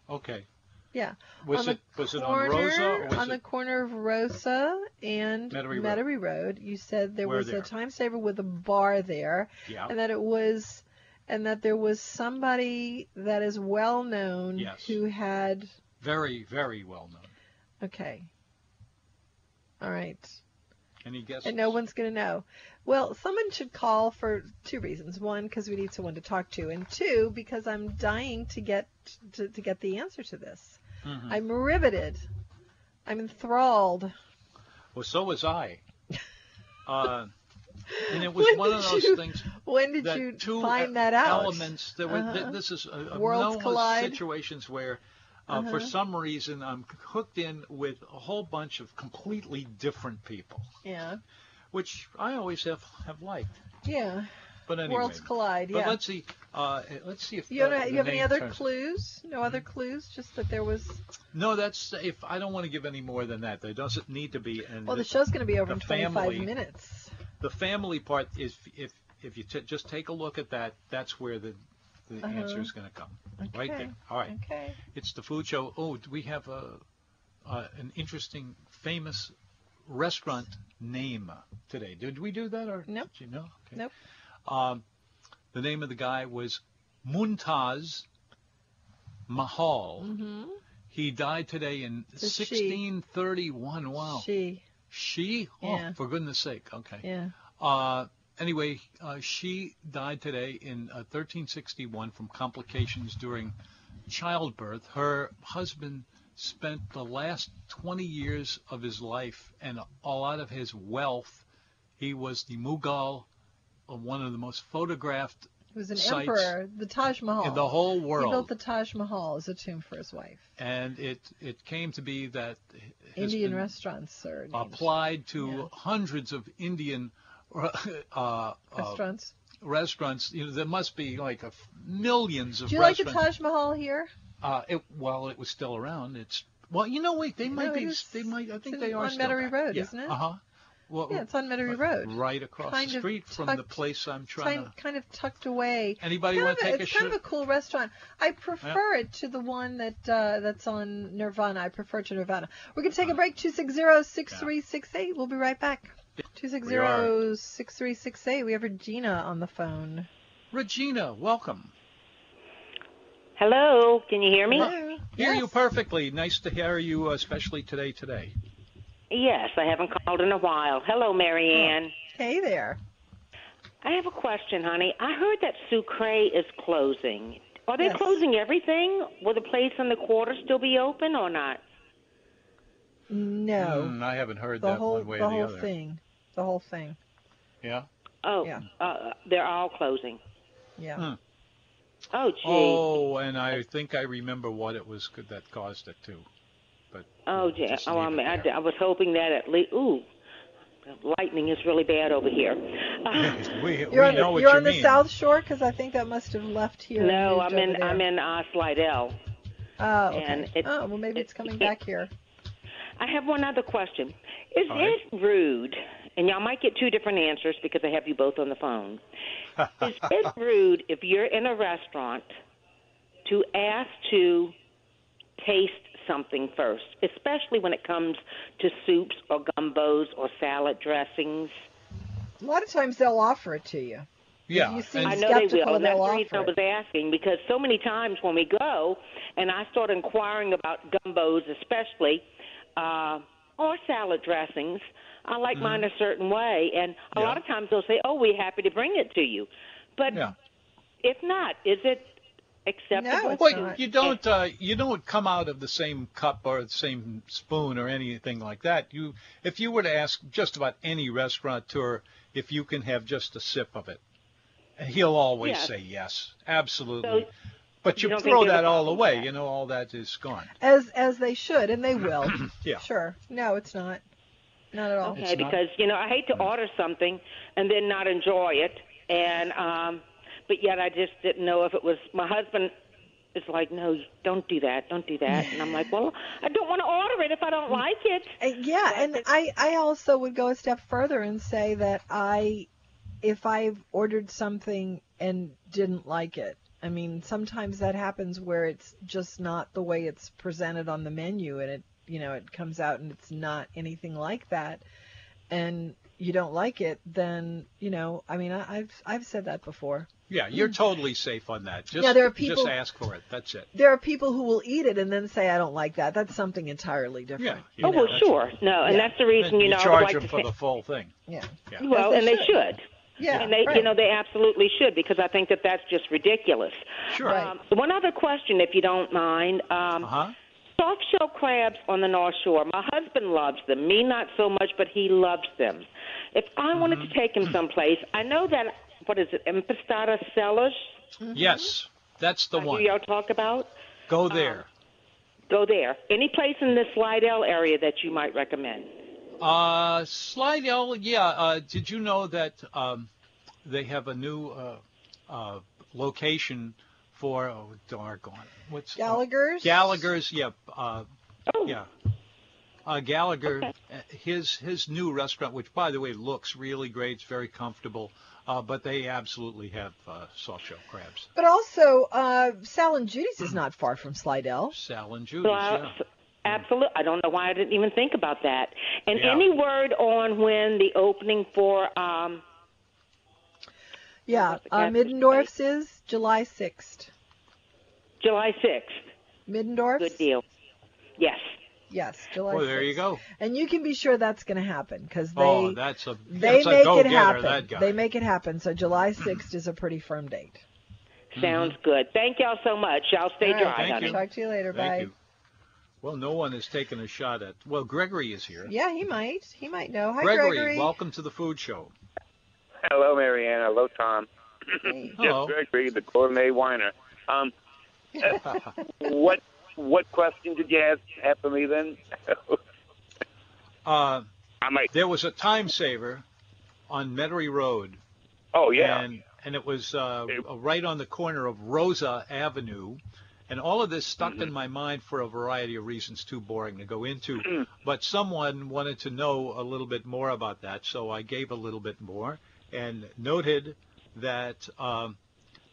B: Okay.
C: Yeah.
B: Was
C: on
B: it
C: the
B: was it on
C: corner,
B: Rosa or was
C: on the
B: it
C: corner of Rosa and
B: Metairie Road.
C: Metairie Road. You said there
B: We're
C: was
B: there.
C: a time saver with a bar there,
B: yeah?
C: and that it was, and that there was somebody that is well known
B: Yes.
C: who had.
B: Very very well known.
C: Okay. All right.
B: Any guesses?
C: And no one's going to know. Well, someone should call for two reasons. One, because we need someone to talk to, and two, because I'm dying to get to, to get the answer to this.
B: Mhm.
C: I'm riveted. I'm enthralled.
B: Well, so
C: [LAUGHS]
B: was I. Uh, and it was
C: When
B: one of
C: did
B: those
C: you
B: things
C: When did
B: that
C: you
B: two
C: find
B: e-
C: that out?
B: elements that were th-
C: Uh-huh.
B: this is a, a
C: Worlds
B: known
C: collide.
B: situations where uh, for
C: Uh-huh.
B: some reason I'm hooked in with a whole bunch of completely different people,
C: Yeah.
B: which I always have have liked.
C: Yeah.
B: But anyway,
C: Worlds collide.
B: but
C: Yeah.
B: let's see. Uh, let's see if
C: you
B: the-
C: don't have,
B: the
C: you have any
B: name Hmm.
C: other
B: turns-
C: clues? No other clues? Just that there was.
B: No, that's if I don't want to give any more than that. There doesn't need to be. And
C: Well, the
B: this-
C: show's going to be over
B: the
C: in 25
B: family-
C: minutes.
B: the family part is if if you t- just take a look at that, that's where the the
C: Uh-huh.
B: answer is going to come. Right
C: Okay.
B: there. All right.
C: Okay.
B: It's the food show. Oh, do we have a uh, an interesting, famous restaurant name today? Did we do that or
C: No.
B: Did you know? Okay.
C: Nope.
B: Um, the name of the guy was Muntaz Mahal.
C: Mm-hmm.
B: He died today in
C: So she-
B: 1631. Wow.
C: She.
B: She? Oh,
C: Yeah.
B: for goodness sake. Okay.
C: Yeah.
B: Uh, anyway, uh, she died today in uh, 1361 from complications during childbirth. Her husband spent the last 20 years of his life and a lot of his wealth. He was the Mughal, uh, one of the most photographed
C: He was an
B: Sites.
C: emperor. The Taj Mahal.
B: in the whole
C: He built
B: world.
C: the Taj Mahal as a tomb for his wife.
B: and it, it came to be that has
C: Indian
B: been
C: restaurants are named.
B: applied to
C: Yeah.
B: hundreds of Indian uh, uh,
C: restaurants.
B: restaurants. You know, there must be like a f- millions of
C: Do you like the
B: restaurants.
C: Taj Mahal here?
B: uh, it, while it was still around, it's well, you know, wait, they might
C: No, it
B: be.
C: is-
B: they might. I think
C: it's
B: they are
C: on
B: still
C: Metairie
B: back.
C: Road,
B: yeah.
C: isn't it?
B: Uh huh. Well,
C: Yeah, it's on Metairie Road.
B: right across
C: Kind
B: the
C: of
B: street from the
C: tucked-
B: place I'm trying
C: Kind,
B: to.
C: kind of tucked away.
B: Anybody
C: Kind of
B: want to take a
C: it's kind
B: shot?
C: of a cool restaurant. I prefer it to the one that uh, that's on Nirvana. I prefer it to Nirvana. We're gonna
B: Uh-huh.
C: take a break. Two six zero six three six eight. We'll be right back. Two six zero six three six eight. We have Regina on the phone.
B: Regina, welcome.
G: Hello, can you hear me?
C: Hello.
B: Hear
C: Yes.
B: you perfectly. Nice to hear you, especially today. Today.
G: Yes, I haven't called in a while. Hello, Marianne.
C: Oh, Hey there.
G: I have a question, honey. I heard that Sucre is closing. Are they
C: Yes.
G: closing everything? Will the place on the quarter still be open or not?
C: No,
B: Mm, I haven't heard
C: the
B: that
C: whole
B: one way
C: the
B: or the
C: whole
B: other.
C: thing, the whole thing.
B: Yeah.
G: Oh,
C: Yeah.
G: uh, they're all closing.
C: Yeah.
B: Hmm.
G: Oh, gee.
B: Oh, and I think I remember what it was good that caused it too.
G: Oh, gee.
B: just
G: Oh,
B: leave
G: I, mean,
B: it
G: I,
B: there.
G: I was hoping that at least. Ooh, the lightning is really bad over here. Uh, [LAUGHS]
B: we we
C: You're on,
B: know
C: the,
B: what
C: you're
B: you
C: on the
B: mean.
C: South Shore because I think that must have left here. and
G: no,
C: moved
G: I'm
C: over
G: in.
C: there.
G: I'm in uh, Slidell.
C: Oh, okay.
G: and it-
C: oh, well, maybe it's coming
G: it-
C: back here.
G: I have one other question. Is
B: All right.
G: it rude? And y'all might get two different answers because I have you both on the
B: [LAUGHS]
G: phone. Is it rude if you're in a restaurant to ask to taste something first, especially when it comes to soups or gumbos or salad dressings?
C: A lot of times they'll offer it to you.
B: Yeah.
C: you see-
B: and-
G: I know they
C: skeptical
G: will, and that's
C: they'll
G: the reason I
C: offer
G: was asking because so many times when we go, and I start inquiring about gumbos, especially uh, or salad dressings. I like mine a certain way, and a lot
B: Mm-hmm. Yeah.
G: of times they'll say, "Oh, we're happy to bring it to you," but
B: yeah.
G: if not, is it acceptable?
C: it's
G: to-
B: Well,
C: not.
B: Oh, you don't uh, you don't come out of the same cup or the same spoon or anything like that. You, if you were to ask just about any restaurateur if you can have just a sip of it, he'll always
G: Yes.
B: say yes, absolutely.
G: So,
B: but
G: you
B: you,
G: don't think
B: throw
G: there's a
B: that all
G: problem with
B: away,
G: that?
B: you know, all that is gone.
C: As as they should, and they will.
B: [CLEARS THROAT] Yeah.
C: Sure. No, it's not. Not at all.
G: okay,
B: It's not- Mm.
G: because you know I hate to order something and then not enjoy it, and um, but yet I just didn't know if it was my husband is like, no, don't do that, don't do that. And I'm like, well, I don't want to order it if I don't like it.
C: Uh, yeah, and I, I also would go a step further and say that I, if I've ordered something and didn't like it, I mean, sometimes that happens where it's just not the way it's presented on the menu and it, you know, it comes out and it's not anything like that and you don't like it, then, you know, I mean, I, I've, I've said that before.
B: Yeah, you're totally safe on that. Just,
C: Hmm. Yeah, there are
B: just
C: people-
B: ask for it. That's it.
C: There are people who will eat it and then say, I don't like that. That's something entirely
B: Yeah.
C: different.
B: you
G: Oh
B: know,
G: well,
B: that's-
G: sure, no, and
C: Yeah.
G: that's the reason you know I would
B: charge
G: like
B: them
G: to
B: for
G: say,
B: the full thing.
C: Yeah. Yeah.
G: well,
C: Yes,
G: and
C: they
G: they should.
C: Yeah.
G: and they,
C: right.
G: you know, they absolutely should because I think that that's just ridiculous.
B: Sure.
G: Um, one other question, if you don't mind. Um,
B: Uh huh.
G: Soft shell crabs on the North Shore. My husband loves them. Me, not so much, but he loves them. If I
B: Mm-hmm.
G: wanted to take him someplace, I know that, what is it, Empestada Cellars?
C: Mm-hmm.
B: Yes, that's the
G: I
B: one.
G: hear y'all talk about. Um,
B: Go there.
G: Go there. Any place in the Slidell area that you might recommend?
B: Uh, Slidell, yeah. Uh, did you know that um, they have a new uh, uh, location for oh, doggone what's uh,
C: Gallagher's?
B: Gallagher's? Yeah, uh,
G: Oh,
B: yeah. Uh, Gallagher, uh his his new restaurant, which by the way looks really great, it's very comfortable. Uh, but they absolutely have uh, soft shell crabs,
C: But also, uh, Sal and Judy's is not far from Slidell.
B: Sal and Judy's.
G: Well,
B: Yeah.
G: Absolutely. I don't know why I didn't even think about that. And
B: Yeah.
G: any word on when the opening for um,
C: Yeah,
G: That's the
C: uh,
G: catfish
C: Middendorf's is July 6th.
G: July 6th?
C: Middendorf's?
G: Good deal. Yes.
C: Yes, July
B: Well, there you
C: 6th.
B: go.
C: And you can be sure that's going to happen because they,
B: oh, that's a
C: they
B: that's a
C: make it
B: go-getter,
C: happen.
B: That guy.
C: They make it happen. So July 6th is a pretty firm date.
G: Sounds good. Thank y'all so much. Y'all stay
C: All
G: dry,
C: right,
B: Mm-hmm. Thank
G: honey.
B: you.
C: Talk to you later.
B: Thank
C: Bye.
B: you. Well, no one has taken a shot at. Well, Gregory is here.
C: Yeah, he might. He might know. Hi,
B: Gregory,
C: Gregory.
B: welcome to the food show.
H: Hello, Marianne. Hello, Tom. [LAUGHS]
B: Hello.
H: Jeff Gregory, the gourmet whiner.
B: [LAUGHS]
H: Um, what what question did you ask have for me then? [LAUGHS]
B: Uh,
H: I might.
B: there was a time saver on Metairie Road,
H: Oh yeah.
B: and and it was uh, right on the corner of Rosa Avenue, and all of this stuck
H: Mm-hmm.
B: in my mind for a variety of reasons, too boring to go
H: Mm-hmm.
B: into. but someone wanted to know a little bit more about that, so I gave a little bit more and noted that um,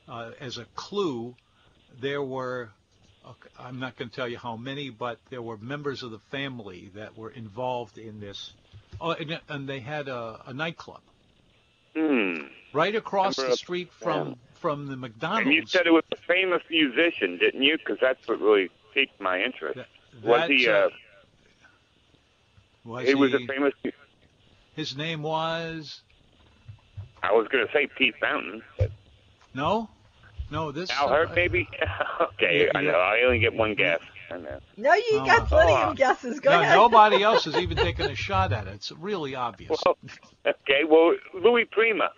B: uh, as a clue, there were I'm not going to tell you how many, but there were members of the family that were involved in this. Oh, and, and they had a, a nightclub
H: Hmm.
B: right across
H: Number
B: the
H: of-
B: street from from the McDonald's.
H: And you said it was a famous musician, didn't you? Because that's what really piqued my interest.
B: That-
H: was he?
B: that's,
H: Uh,
B: was
H: he was
B: he-
H: a famous. mu-
B: His name was
H: I was going to say Pete Fountain. but
B: no, no. This
H: Al Hurt, maybe. [LAUGHS] okay, I know. I only get
B: Mm-hmm.
H: one guess. I know.
C: No, you
B: Oh,
C: got plenty
H: oh.
C: of guesses. Go
B: No,
C: ahead.
B: nobody else
C: [LAUGHS]
B: e- has even taken a shot at it. It's really obvious.
H: Well, okay. Well, Louis Prima.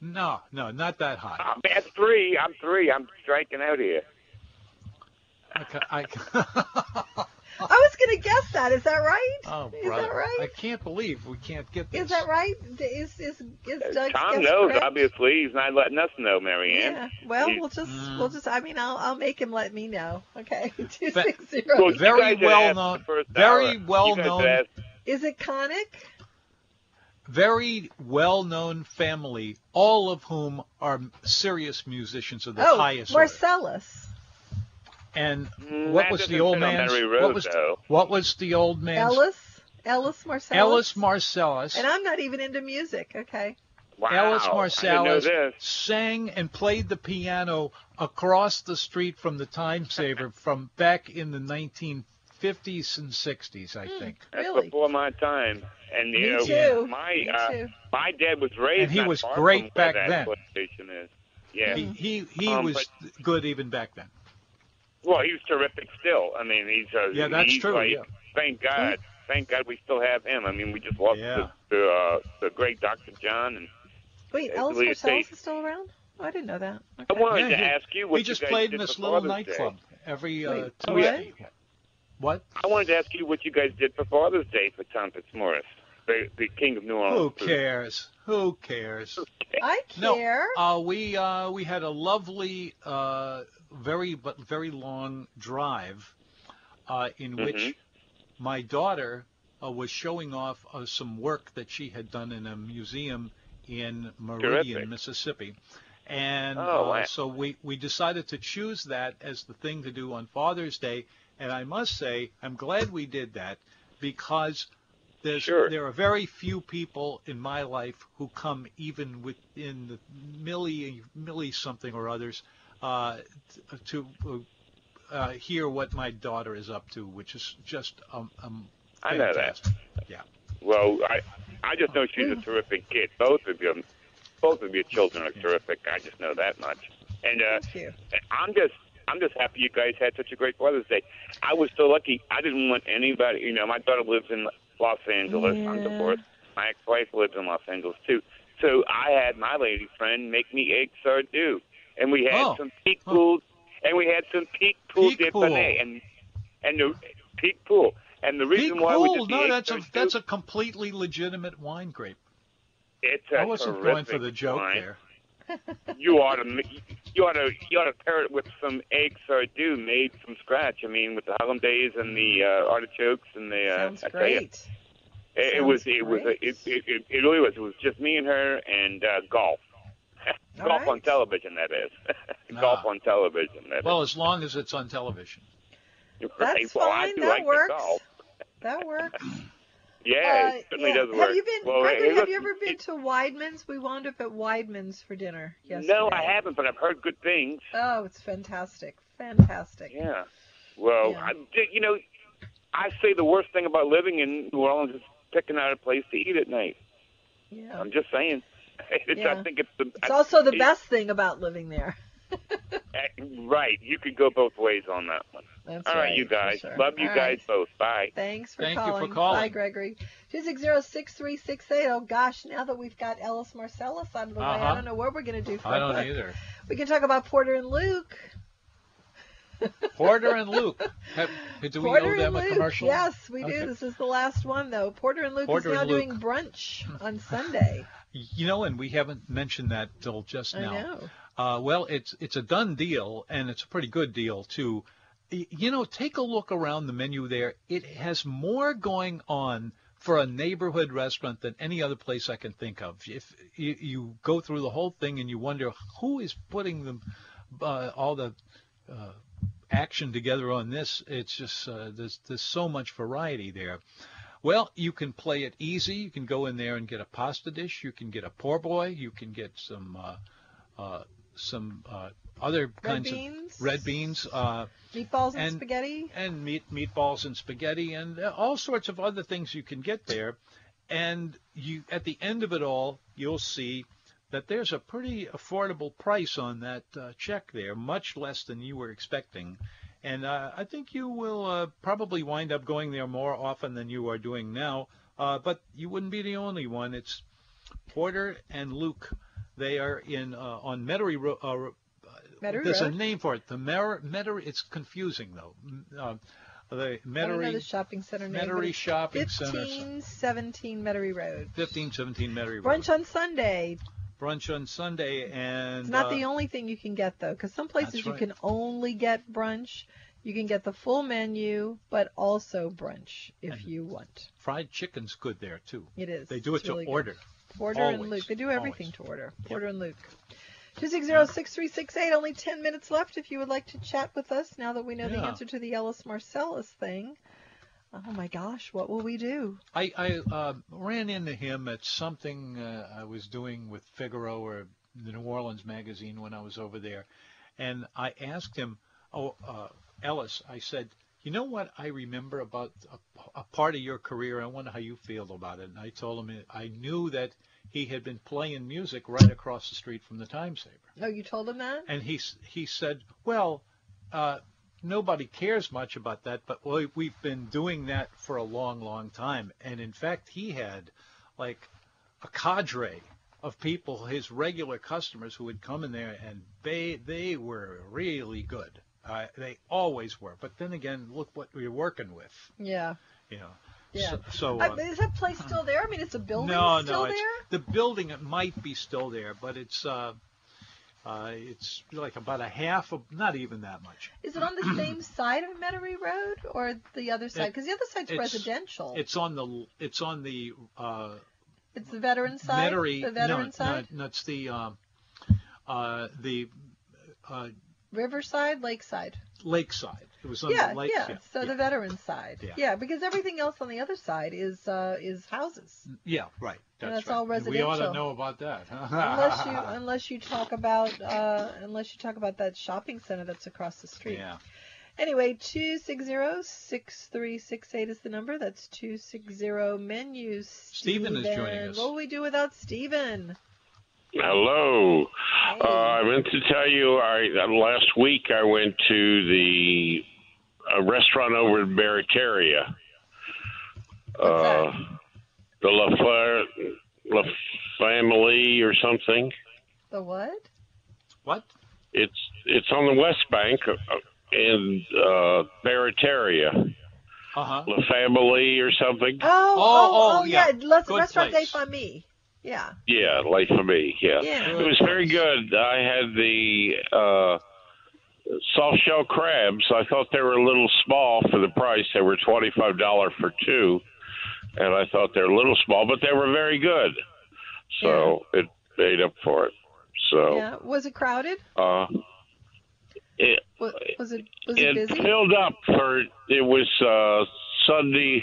B: no, no, not that high.
H: I'm at three. I'm three. I'm striking out here.
B: Okay, I,
C: I was going to guess that. Is that right?
B: [LAUGHS] oh,
C: is
B: brother.
C: that right?
B: I can't believe we can't get this.
C: Is that right? D- Is is is Doug's
H: Tom
C: guess
H: knows,
C: correct?
H: obviously. He's not letting us know, Marianne.
C: Yeah. Well,
H: He-
C: we'll just
B: Mm.
C: we'll just. I mean, I'll I'll make him let me know. Okay. [LAUGHS] Two
B: But-
C: six zero.
H: Well, you
B: Very
H: guys had
B: well
H: asked
B: known-
H: the first
B: very
H: hour. You
B: well
H: guys had
B: known.
H: asked-
C: Is it conic?
B: very well-known family, all of whom are serious musicians of the
C: oh,
B: highest order.
C: Marcellus.
B: And
H: Mm,
B: what
H: that
B: was
H: doesn't
B: the old
H: fit on
B: man's?
H: Mary Rose,
B: what was
H: though.
B: what was the old man's?
C: Ellis. Ellis Marcellus.
B: Ellis Marcellus.
C: And I'm not even into music. Okay.
H: Wow,
B: Ellis
H: I
B: Marcellus
H: didn't know this.
B: sang and played the piano across the street from the time saver from back in the 1950s and 60s,
C: Hmm.
B: I think.
H: That's
C: Really?
H: before my time. And
C: Me
H: you know,
C: too.
H: my
C: Me
H: uh,
C: too.
H: my dad was raised.
B: And he
H: not
B: was
H: far
B: great
H: from where
B: back
H: that
B: then.
H: police Station is. Yeah.
B: He he, he
H: Um,
B: was good even back then.
H: Well, he was terrific still. I mean, he's uh,
B: Yeah, that's
H: he's
B: true,
H: Like,
B: yeah.
H: Thank God, thank God we still have him. I mean, we just lost
B: Yeah.
H: the the, uh, the great Dr. John, and
C: Wait,
H: I
C: Ellis
H: believe
C: Marcellus
H: they-
C: is still around? Oh, I didn't know that.
H: I wanted
B: Yeah,
H: to
B: he-
H: ask you what
B: he
H: you
B: just
H: guys
B: played in
H: did
B: this
H: for
B: little
H: Father's Day.
B: nightclub every uh,
C: Wait,
B: Tuesday. What?
H: I wanted to ask you what you guys did for Father's Day for Tom Fitzmaurice, the, the King of New
B: Who
H: Orleans.
B: cares? Who cares?
C: I
B: No.
C: care.
B: Uh, we uh, we had a lovely uh, very but very long drive, uh, in
H: Mm-hmm.
B: which my daughter uh, was showing off uh, some work that she had done in a museum in Meridian,
H: Terrific.
B: Mississippi. And
H: Oh,
B: uh,
H: wow.
B: so we, we decided to choose that as the thing to do on Father's Day. And I must say, I'm glad we did that because there's,
H: Sure.
B: there are very few people in my life who come even within the milli, milli something or others uh, t- to uh, hear what my daughter is up to, which is just um, um,
H: I know that.
B: fantastic.
H: Well, I I just know she's a terrific kid. Both of you, both of your children are terrific. I just know that much. And uh,
C: Thank you.
H: I'm just I'm just happy you guys had such a great Father's Day. I was so lucky. I didn't want anybody. You know, my daughter lives in Los Angeles. I'm
C: Yeah.
H: divorced. My ex-wife lives in Los Angeles too. So I had my lady friend make me egg sardu, and we had
B: Oh.
H: some peak
B: Huh.
H: pool, and we had some peak pool
B: Peak
H: de
B: pool.
H: panay, and and the peak pool. And the reason
B: Big
H: why we
B: cool.
H: did the
B: No,
H: egg
B: that's a
H: sardu-
B: that's a completely legitimate wine grape.
H: It's a
B: I wasn't going for
H: terrific
B: the joke
C: [LAUGHS]
H: wine.
B: there.
H: [LAUGHS] You ought to, ma- you ought to, you ought to pair it with some egg sardu made from scratch. I mean, with the hollandaise and the uh, artichokes and the. Uh,
C: Sounds
H: I tell ya,
C: great.
H: it, it was,
C: Sounds
H: it was,
C: great.
H: a, it, it, it, it really was. It was just me and her and uh, golf. [LAUGHS]
C: All
H: golf on
C: right.
H: television, that is. [LAUGHS]
B: Ah.
H: golf on television. That is.
B: Well, as long as it's on television.
H: Right.
C: That's
H: well, I
C: fine.
H: do
C: That
H: like
C: works.
H: The golf.
C: That works.
H: [LAUGHS] Yeah,
C: Uh,
H: it certainly
C: yeah.
H: does
C: have
H: work.
C: You been,
H: well,
C: Gregory,
H: hey,
C: have
H: look,
C: you ever been
H: it-
C: to Weidman's? We wound up at Weidman's for dinner yesterday.
H: No, I haven't, but I've heard good things.
C: Oh, it's fantastic. Fantastic.
H: Yeah. Well,
C: Yeah.
H: I, you know, I say the worst thing about living in New Orleans is picking out a place to eat at night.
C: Yeah.
H: I'm just saying. [LAUGHS] It's,
C: Yeah.
H: I think it's the
C: It's also the
H: it- [LAUGHS] eh,
C: best thing about living there.
H: right. You could go both ways on that one.
C: That's
H: All right, you
C: for
H: guys.
C: sure.
H: Love you
C: All
H: guys
C: right.
H: both. Bye.
C: Thanks for
B: Thank you for
C: calling.
B: calling.
C: Bye, Gregory. Two six zero six three six eight. Oh gosh, now that we've got Ellis Marcellus out of the way, I
B: Uh-huh.
C: don't know what we're gonna do. For
B: I don't
C: her.
B: either.
C: We can talk about Porter and Luke.
B: Porter and Luke. Have, do we
C: Porter
B: owe them
C: and
B: a
C: Luke.
B: commercial?
C: Yes, we do.
B: Okay.
C: This is the last one though. Porter and Luke
B: Porter
C: is now
B: and Luke.
C: doing brunch on
B: [LAUGHS]
C: Sunday.
B: You know, and we haven't mentioned that till just
C: I
B: now.
C: know.
B: Uh, well, it's it's a done deal, and it's a pretty good deal too. Y- You know, take a look around the menu there. It has more going on for a neighborhood restaurant than any other place I can think of. If you, you go through the whole thing and you wonder who is putting them uh, all the uh, action together on this, it's just uh, there's there's so much variety there. Well, you can play it easy. You can go in there and get a pasta dish. You can get a poor boy. You can get some uh, uh, some uh, other kinds
C: beans?
B: of red beans uh,
C: Meatballs and,
B: And-
C: spaghetti.
B: and meat meatballs and spaghetti and uh, all sorts of other things you can get there. And you at the end of it all, you'll see that there's a pretty affordable price on that uh, check there, much less than you were expecting. And uh, I think you will uh, probably wind up going there more often than you are doing now. Uh, but you wouldn't be the only one. It's Porter and Luke. They are in uh, on Metairie Road. Uh,
C: Metairie
B: there's a
C: Road.
B: name for it. The Mer- Metairie. It's confusing though. M- Uh, the
C: I don't know the
B: Metairie
C: shopping center name. but
B: Metairie
C: it's
B: Shopping Center.
C: 1517 Metairie Road.
B: 1517 Metairie Road.
C: Brunch on Sunday.
B: Brunch on Sunday and
C: It's not
B: uh,
C: the only thing you can get though, because some places
B: That's
C: you
B: right.
C: can only get brunch. You can get the full menu, but also brunch if
B: And-
C: you want.
B: fried chicken's good there too.
C: It is.
B: They do it
C: It's
B: to
C: really good.
B: order.
C: Porter and
B: Always.
C: Luke. They do everything
B: Always.
C: to order. Porter and Luke. 260-6368. Only 10 minutes left if you would like to chat with us now that we know the
B: Yeah.
C: answer to the Ellis Marcellus thing. Oh my gosh, what will we do?
B: I, I uh, ran into him at something uh, I was doing with Figaro or the New Orleans magazine when I was over there, and I asked him, "Oh, uh, Ellis," I said, "You know what I remember about a, a part of your career? I wonder how you feel about it." And I told him I knew that he had been playing music right across the street from the Time Saver,
C: Oh, you told him that?
B: and he s- he said, "Well." Uh, nobody cares much about that, but we- we've been doing that for a long, long time. And in fact, he had like a cadre of people, his regular customers who would come in there, and they they were really good. Uh, they always were. But then again, look what we're working with,
C: Yeah.
B: you know.
C: Yeah.
B: So, so
C: I
B: uh,
C: mean, is that place still there? I mean, it's a building
B: no,
C: still
B: no, it's,
C: there?
B: the building it might be still there, but it's uh, Uh, it's like about a half of, not even that much.
C: Is it on
B: [CLEARS THROAT]
C: the same side of Metairie Road or the other side? Because the other side's
B: It's-
C: residential. It's,
B: It's on the, it's on the, uh,
C: the veteran side.
B: Metairie.
C: the
B: no,
C: veteran
B: no,
C: side,
B: No, it's the, um, uh, the, uh,
C: riverside, lakeside.
B: lakeside. It was on
C: yeah,
B: the lake.
C: yeah, So
B: yeah,
C: the veteran side.
B: Yeah.
C: because everything else on the other side is uh, is houses.
B: yeah, right.
C: And
B: That's,
C: that's all
B: right. We ought to
C: residential.
B: know about that. [LAUGHS] huh?
C: Unless you unless you talk about uh, unless you talk about that shopping center that's across the street.
B: yeah.
C: Anyway, 260-6368 is the number. That's 260 menu.
B: Stephen is joining us.
C: What would we do without Stephen?
I: Hello.
C: Hey.
I: Uh, I meant to tell you, I uh, last week I went to the uh, restaurant over in Barataria.
C: What's that?
I: Uh, the La, Fa- La Family or something.
C: The what?
B: What?
I: It's it's on the West Bank uh, in uh, Barataria.
B: Uh huh.
I: La Family or something.
C: Oh, oh, oh,
B: oh,
C: yeah.
B: yeah.
C: Let's
B: Good
C: restaurant
B: place.
C: day for me. Yeah.
I: Yeah, late for me. Yeah.
C: Yeah.
I: It was very good. I had the uh, soft shell crabs. I thought they were a little small for the price. They were twenty five dollar for two, and I thought they were a little small, but they were very good. So it made up for it. So
C: Yeah. Was it crowded?
I: uh, it
C: Was, was it was it,
I: it
C: busy?
I: filled up for it was uh, Sunday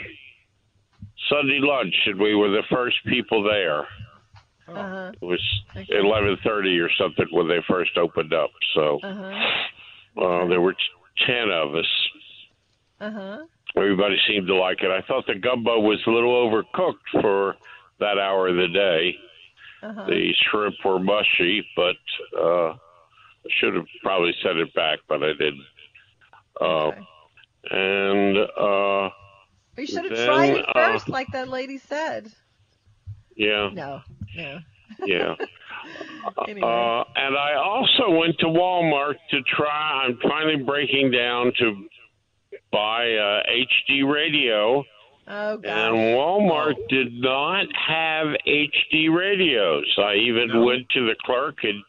I: Sunday lunch, and we were the first people there.
C: Uh-huh.
I: It was
C: Okay.
I: eleven thirty or something when they first opened up. So
C: Uh-huh.
I: uh, there were t- ten of us.
C: Uh-huh.
I: Everybody seemed to like it. I thought the gumbo was a little overcooked for that hour of the day.
C: Uh-huh.
I: The shrimp were mushy, but uh, I should have probably set it back, but I didn't. Uh,
C: Okay.
I: And uh,
C: You should have
I: then,
C: tried it
I: uh,
C: first, like that lady said.
I: yeah,
C: No, no.
I: yeah.
C: [LAUGHS] Anyway.
I: Uh, and I also went to Walmart to try. I'm finally breaking down to buy a HD radio,
C: oh,
I: and
C: gosh.
I: Walmart did not have HD radios. I even
B: No.
I: went to the clerk, and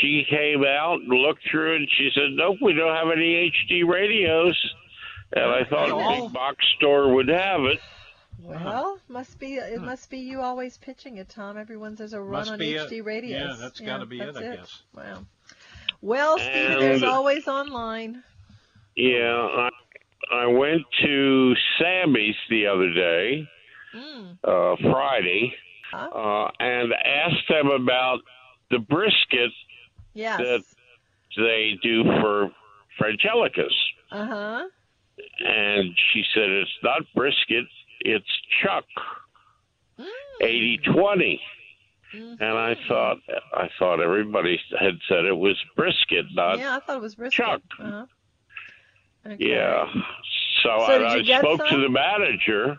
I: she came out and looked through, it, and she said, "Nope, we don't have any HD radios." And I thought a
B: all?
I: big box store would have it.
C: Well, must be it must be you always pitching it, Tom. Everyone's there's a run
B: Must
C: on
B: be
C: HD
B: it.
C: radios.
B: Yeah, that's got to be
C: that's
B: it, I guess.
C: Wow. Well, Stephen, there's
I: And-
C: always online.
I: Yeah, I, I went to Sammy's the other day.
C: Mm.
I: uh, Friday
C: Huh?
I: uh, and asked them about the brisket
C: Yes.
I: That- they do for Frangelicus.
C: Uh huh.
I: And she said, it's not brisket, it's chuck,
C: Mm.
I: 80 20.
C: Mhm.
I: And I thought, I thought everybody had said it was brisket, not
C: yeah, I thought it was brisket.
I: uh, Chuck.
C: Uh-huh. Okay.
I: Yeah. So,
C: So did
I: I,
C: you
I: I
C: get
I: spoke
C: some?
I: to the manager.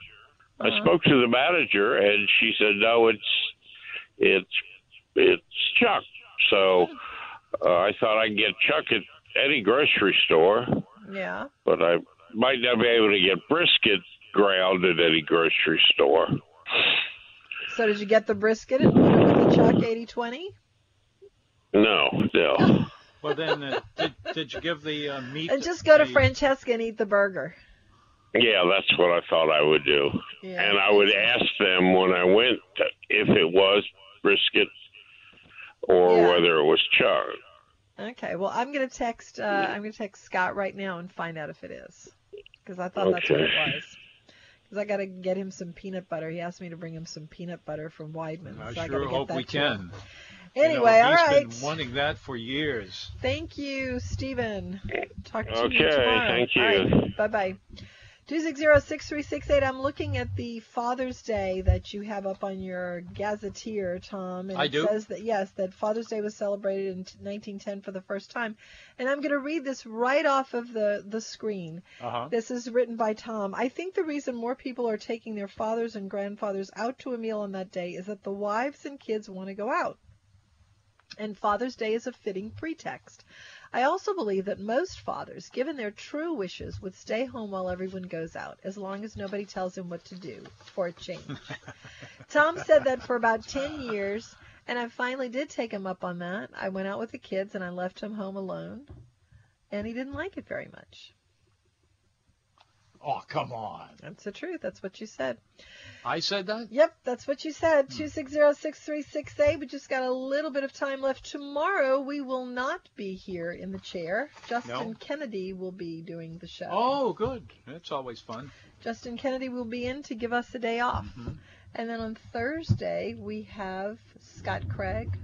C: Uh-huh.
I: I spoke to the manager, and she said, "No, it's it's it's Chuck." So uh, I thought I'd get Chuck at any grocery store,
C: Yeah.
I: but I might not be able to get brisket ground at any grocery store.
C: So did you get the brisket and put it with the chuck eighty twenty?
I: No, no.
B: [LAUGHS] Well, then, uh, did, did you give the uh, meat?
C: And just go to
B: the-
C: Francesca and eat the burger.
I: Yeah, that's what I thought I would do.
C: Yeah.
I: And I would ask them when I went if it was brisket or
C: Yeah.
I: whether it was Chuck.
C: [LAUGHS] Okay. Well, I'm gonna text. Uh, I'm gonna text Scott right now and find out if it is, because I thought that's what it
I: Okay.
C: was. Because I gotta get him some peanut butter. He asked me to bring him some peanut butter from Weidman. [LAUGHS]
B: I
C: so I gotta
B: sure
C: get
B: hope
C: that
B: we
C: to him.
B: can.
C: Anyway,
B: you know,
C: all
B: he's
C: right.
B: been wanting that for years.
C: Thank you, Stephen. Talk to you
I: Okay,
C: tomorrow.
I: thank you.
C: Bye bye. 260-6368. I'm looking at the Father's Day that you have up on your gazetteer, Tom, and
B: I
C: it
B: do?
C: says that yes, that Father's Day was celebrated in 1910 for the first time. And I'm going to read this right off of the the screen.
B: Uh huh.
C: This is written by Tom. I think the reason more people are taking their fathers and grandfathers out to a meal on that day is that the wives and kids want to go out. And Father's Day is a fitting pretext. I also believe that most fathers, given their true wishes, would stay home while everyone goes out, as long as nobody tells him what to do, for a change. Tom said that for about 10 years, And I finally did take him up on that. I went out with the kids and I left him home alone. And he didn't like it very much.
B: Oh, come on.
C: That's the truth. That's what you said.
B: I said that?
C: Yep, that's what you said. 260-6368. We just got a little bit of time left. Tomorrow we will not be here in the chair. Justin
B: No.
C: Kennedy will be doing the show.
B: Oh, good. That's always fun. Mm-hmm.
C: Justin Kennedy will be in to give us a day off. And then on Thursday we have Scott Craig,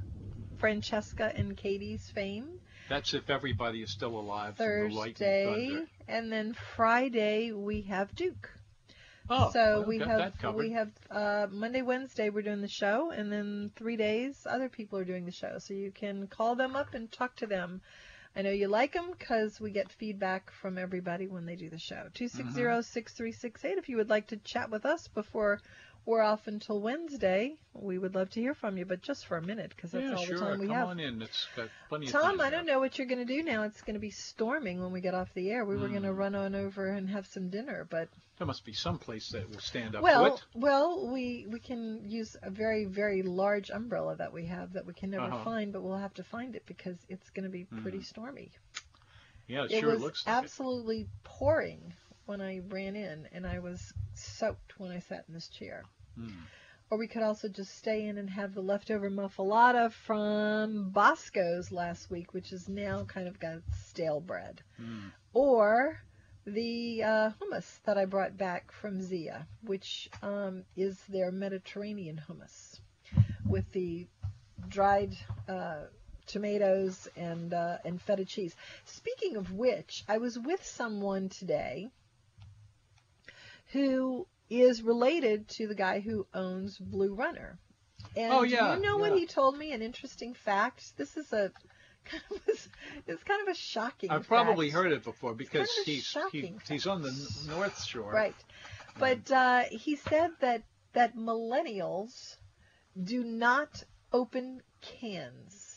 C: Francesca and Katie's fame.
B: That's if everybody is still alive. from the lightning
C: Thursday,
B: thunder.
C: and then Friday we have Duke.
B: Oh,
C: so
B: well,
C: we
B: got
C: have
B: that covered.
C: we have uh, Monday, Wednesday we're doing the show, and then three days other people are doing the show. So you can call them up and talk to them. I know you like them because we get feedback from everybody when they do the show. Two six zero six three six eight. If you would like to chat with us before we're off until Wednesday, we would love to hear from you, but just for a minute because that's
B: yeah,
C: all
B: sure.
C: the time we
B: Come
C: have.
B: on in. It's got plenty of time.
C: Tom, I don't know what you're going to do now. It's going to be storming when we get off the air. We were
B: Hmm.
C: going to run on over and have some dinner, but
B: There must be some place that will stand up
C: well,
B: to it.
C: well, we we can use a very very large umbrella that we have that we can never
B: Uh-huh. Mm-hmm.
C: find, but we'll have to find it because it's going to be pretty stormy.
B: Yeah, it,
C: it
B: sure
C: was
B: looks like it.
C: absolutely pouring when I ran in, and I was soaked when I sat in this chair.
B: Hmm.
C: Or we could also just stay in and have the leftover muffalata from Bosco's last week, which is now kind of got stale bread.
B: Hmm.
C: Or the uh, hummus that I brought back from Zia, which um, is their Mediterranean hummus with the dried uh, tomatoes and uh, and feta cheese. Speaking of which, I was with someone today who is related to the guy who owns Blue Runner. And
B: Oh, yeah,
C: you know what
B: yeah.
C: he told me? An interesting fact. This is a [LAUGHS] kind of a, it's kind of a shocking.
B: I've probably
C: fact.
B: heard it before because
C: kind of a
B: he's he,
C: shocking
B: he's on the n- North Shore.
C: Right. But uh, he said that that millennials do not open cans.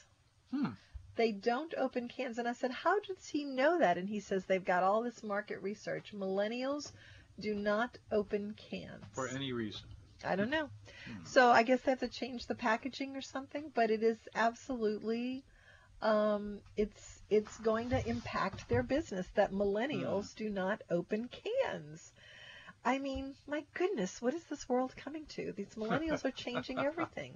C: They don't open cans. And I said, How does he know that? And he says, They've got all this market research. Millennials do not open cans.
B: For any reason.
C: I don't know.
B: Hmm.
C: So I guess they have to change the packaging or something, but it is absolutely um, it's it's going to impact their business that millennials
B: Hmm.
C: do not open cans. I mean, my goodness, what is this world coming to? These millennials are
B: [LAUGHS]
C: changing everything.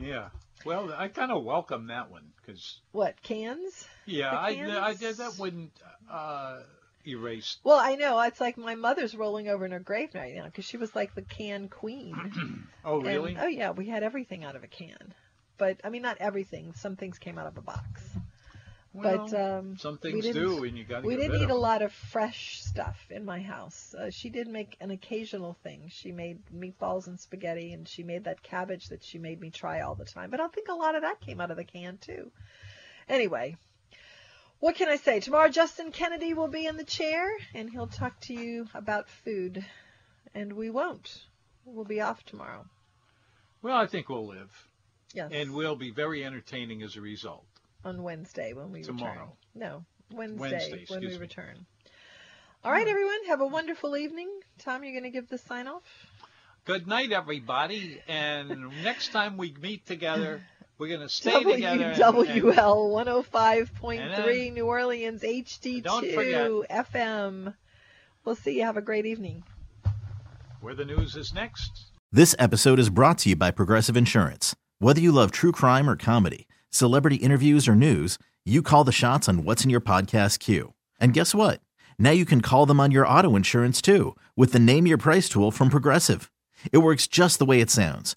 B: Yeah. Well, I kind of welcome that one because
C: What cans?
B: yeah, I, I
C: cans?
B: that wouldn't uh, erase
C: Well, I know it's like my mother's rolling over in her grave right now because she was like the can queen.
B: [CLEARS THROAT] Oh,
C: And-
B: really?
C: oh yeah, we had everything out of a can, but I mean not everything. Some things came out of a box. but
B: Well,
C: um,
B: some
C: we
B: things
C: didn't-
B: do, and you got to
C: We
B: get
C: didn't
B: rid
C: eat
B: of
C: a
B: them.
C: lot of fresh stuff in my house. Uh, she did make an occasional thing. She made meatballs and spaghetti, and she made that cabbage that she made me try all the time. But I think a lot of that came out of the can too. Anyway. What can I say? Tomorrow, Justin Kennedy will be in the chair and he'll talk to you about food. And we won't. We'll be off tomorrow.
B: Well, I think we'll live,
C: Yes.
B: and we'll be very entertaining as a result.
C: on Wednesday when we
B: Tomorrow.
C: return. No, Wednesday,
B: Wednesday,
C: when we
B: excuse me.
C: return. All right, everyone, have a wonderful evening. Tom, you're going to give the sign off.
B: Good night, everybody, and next time we meet together, we're
C: [LAUGHS]
B: gonna stay together. and-
C: WWL
B: and-
C: 105.3
B: And
C: New Orleans HD2
B: Don't forget-
C: FM. We'll see you. Have a great evening.
B: where the news is next.
J: [LAUGHS] This episode is brought to you by Progressive Insurance. Whether you love true crime or comedy, celebrity interviews or news, you call the shots on what's in your podcast queue. And guess what? Now you can call them on your auto insurance too with the Name Your Price tool from Progressive. It works just the way it sounds.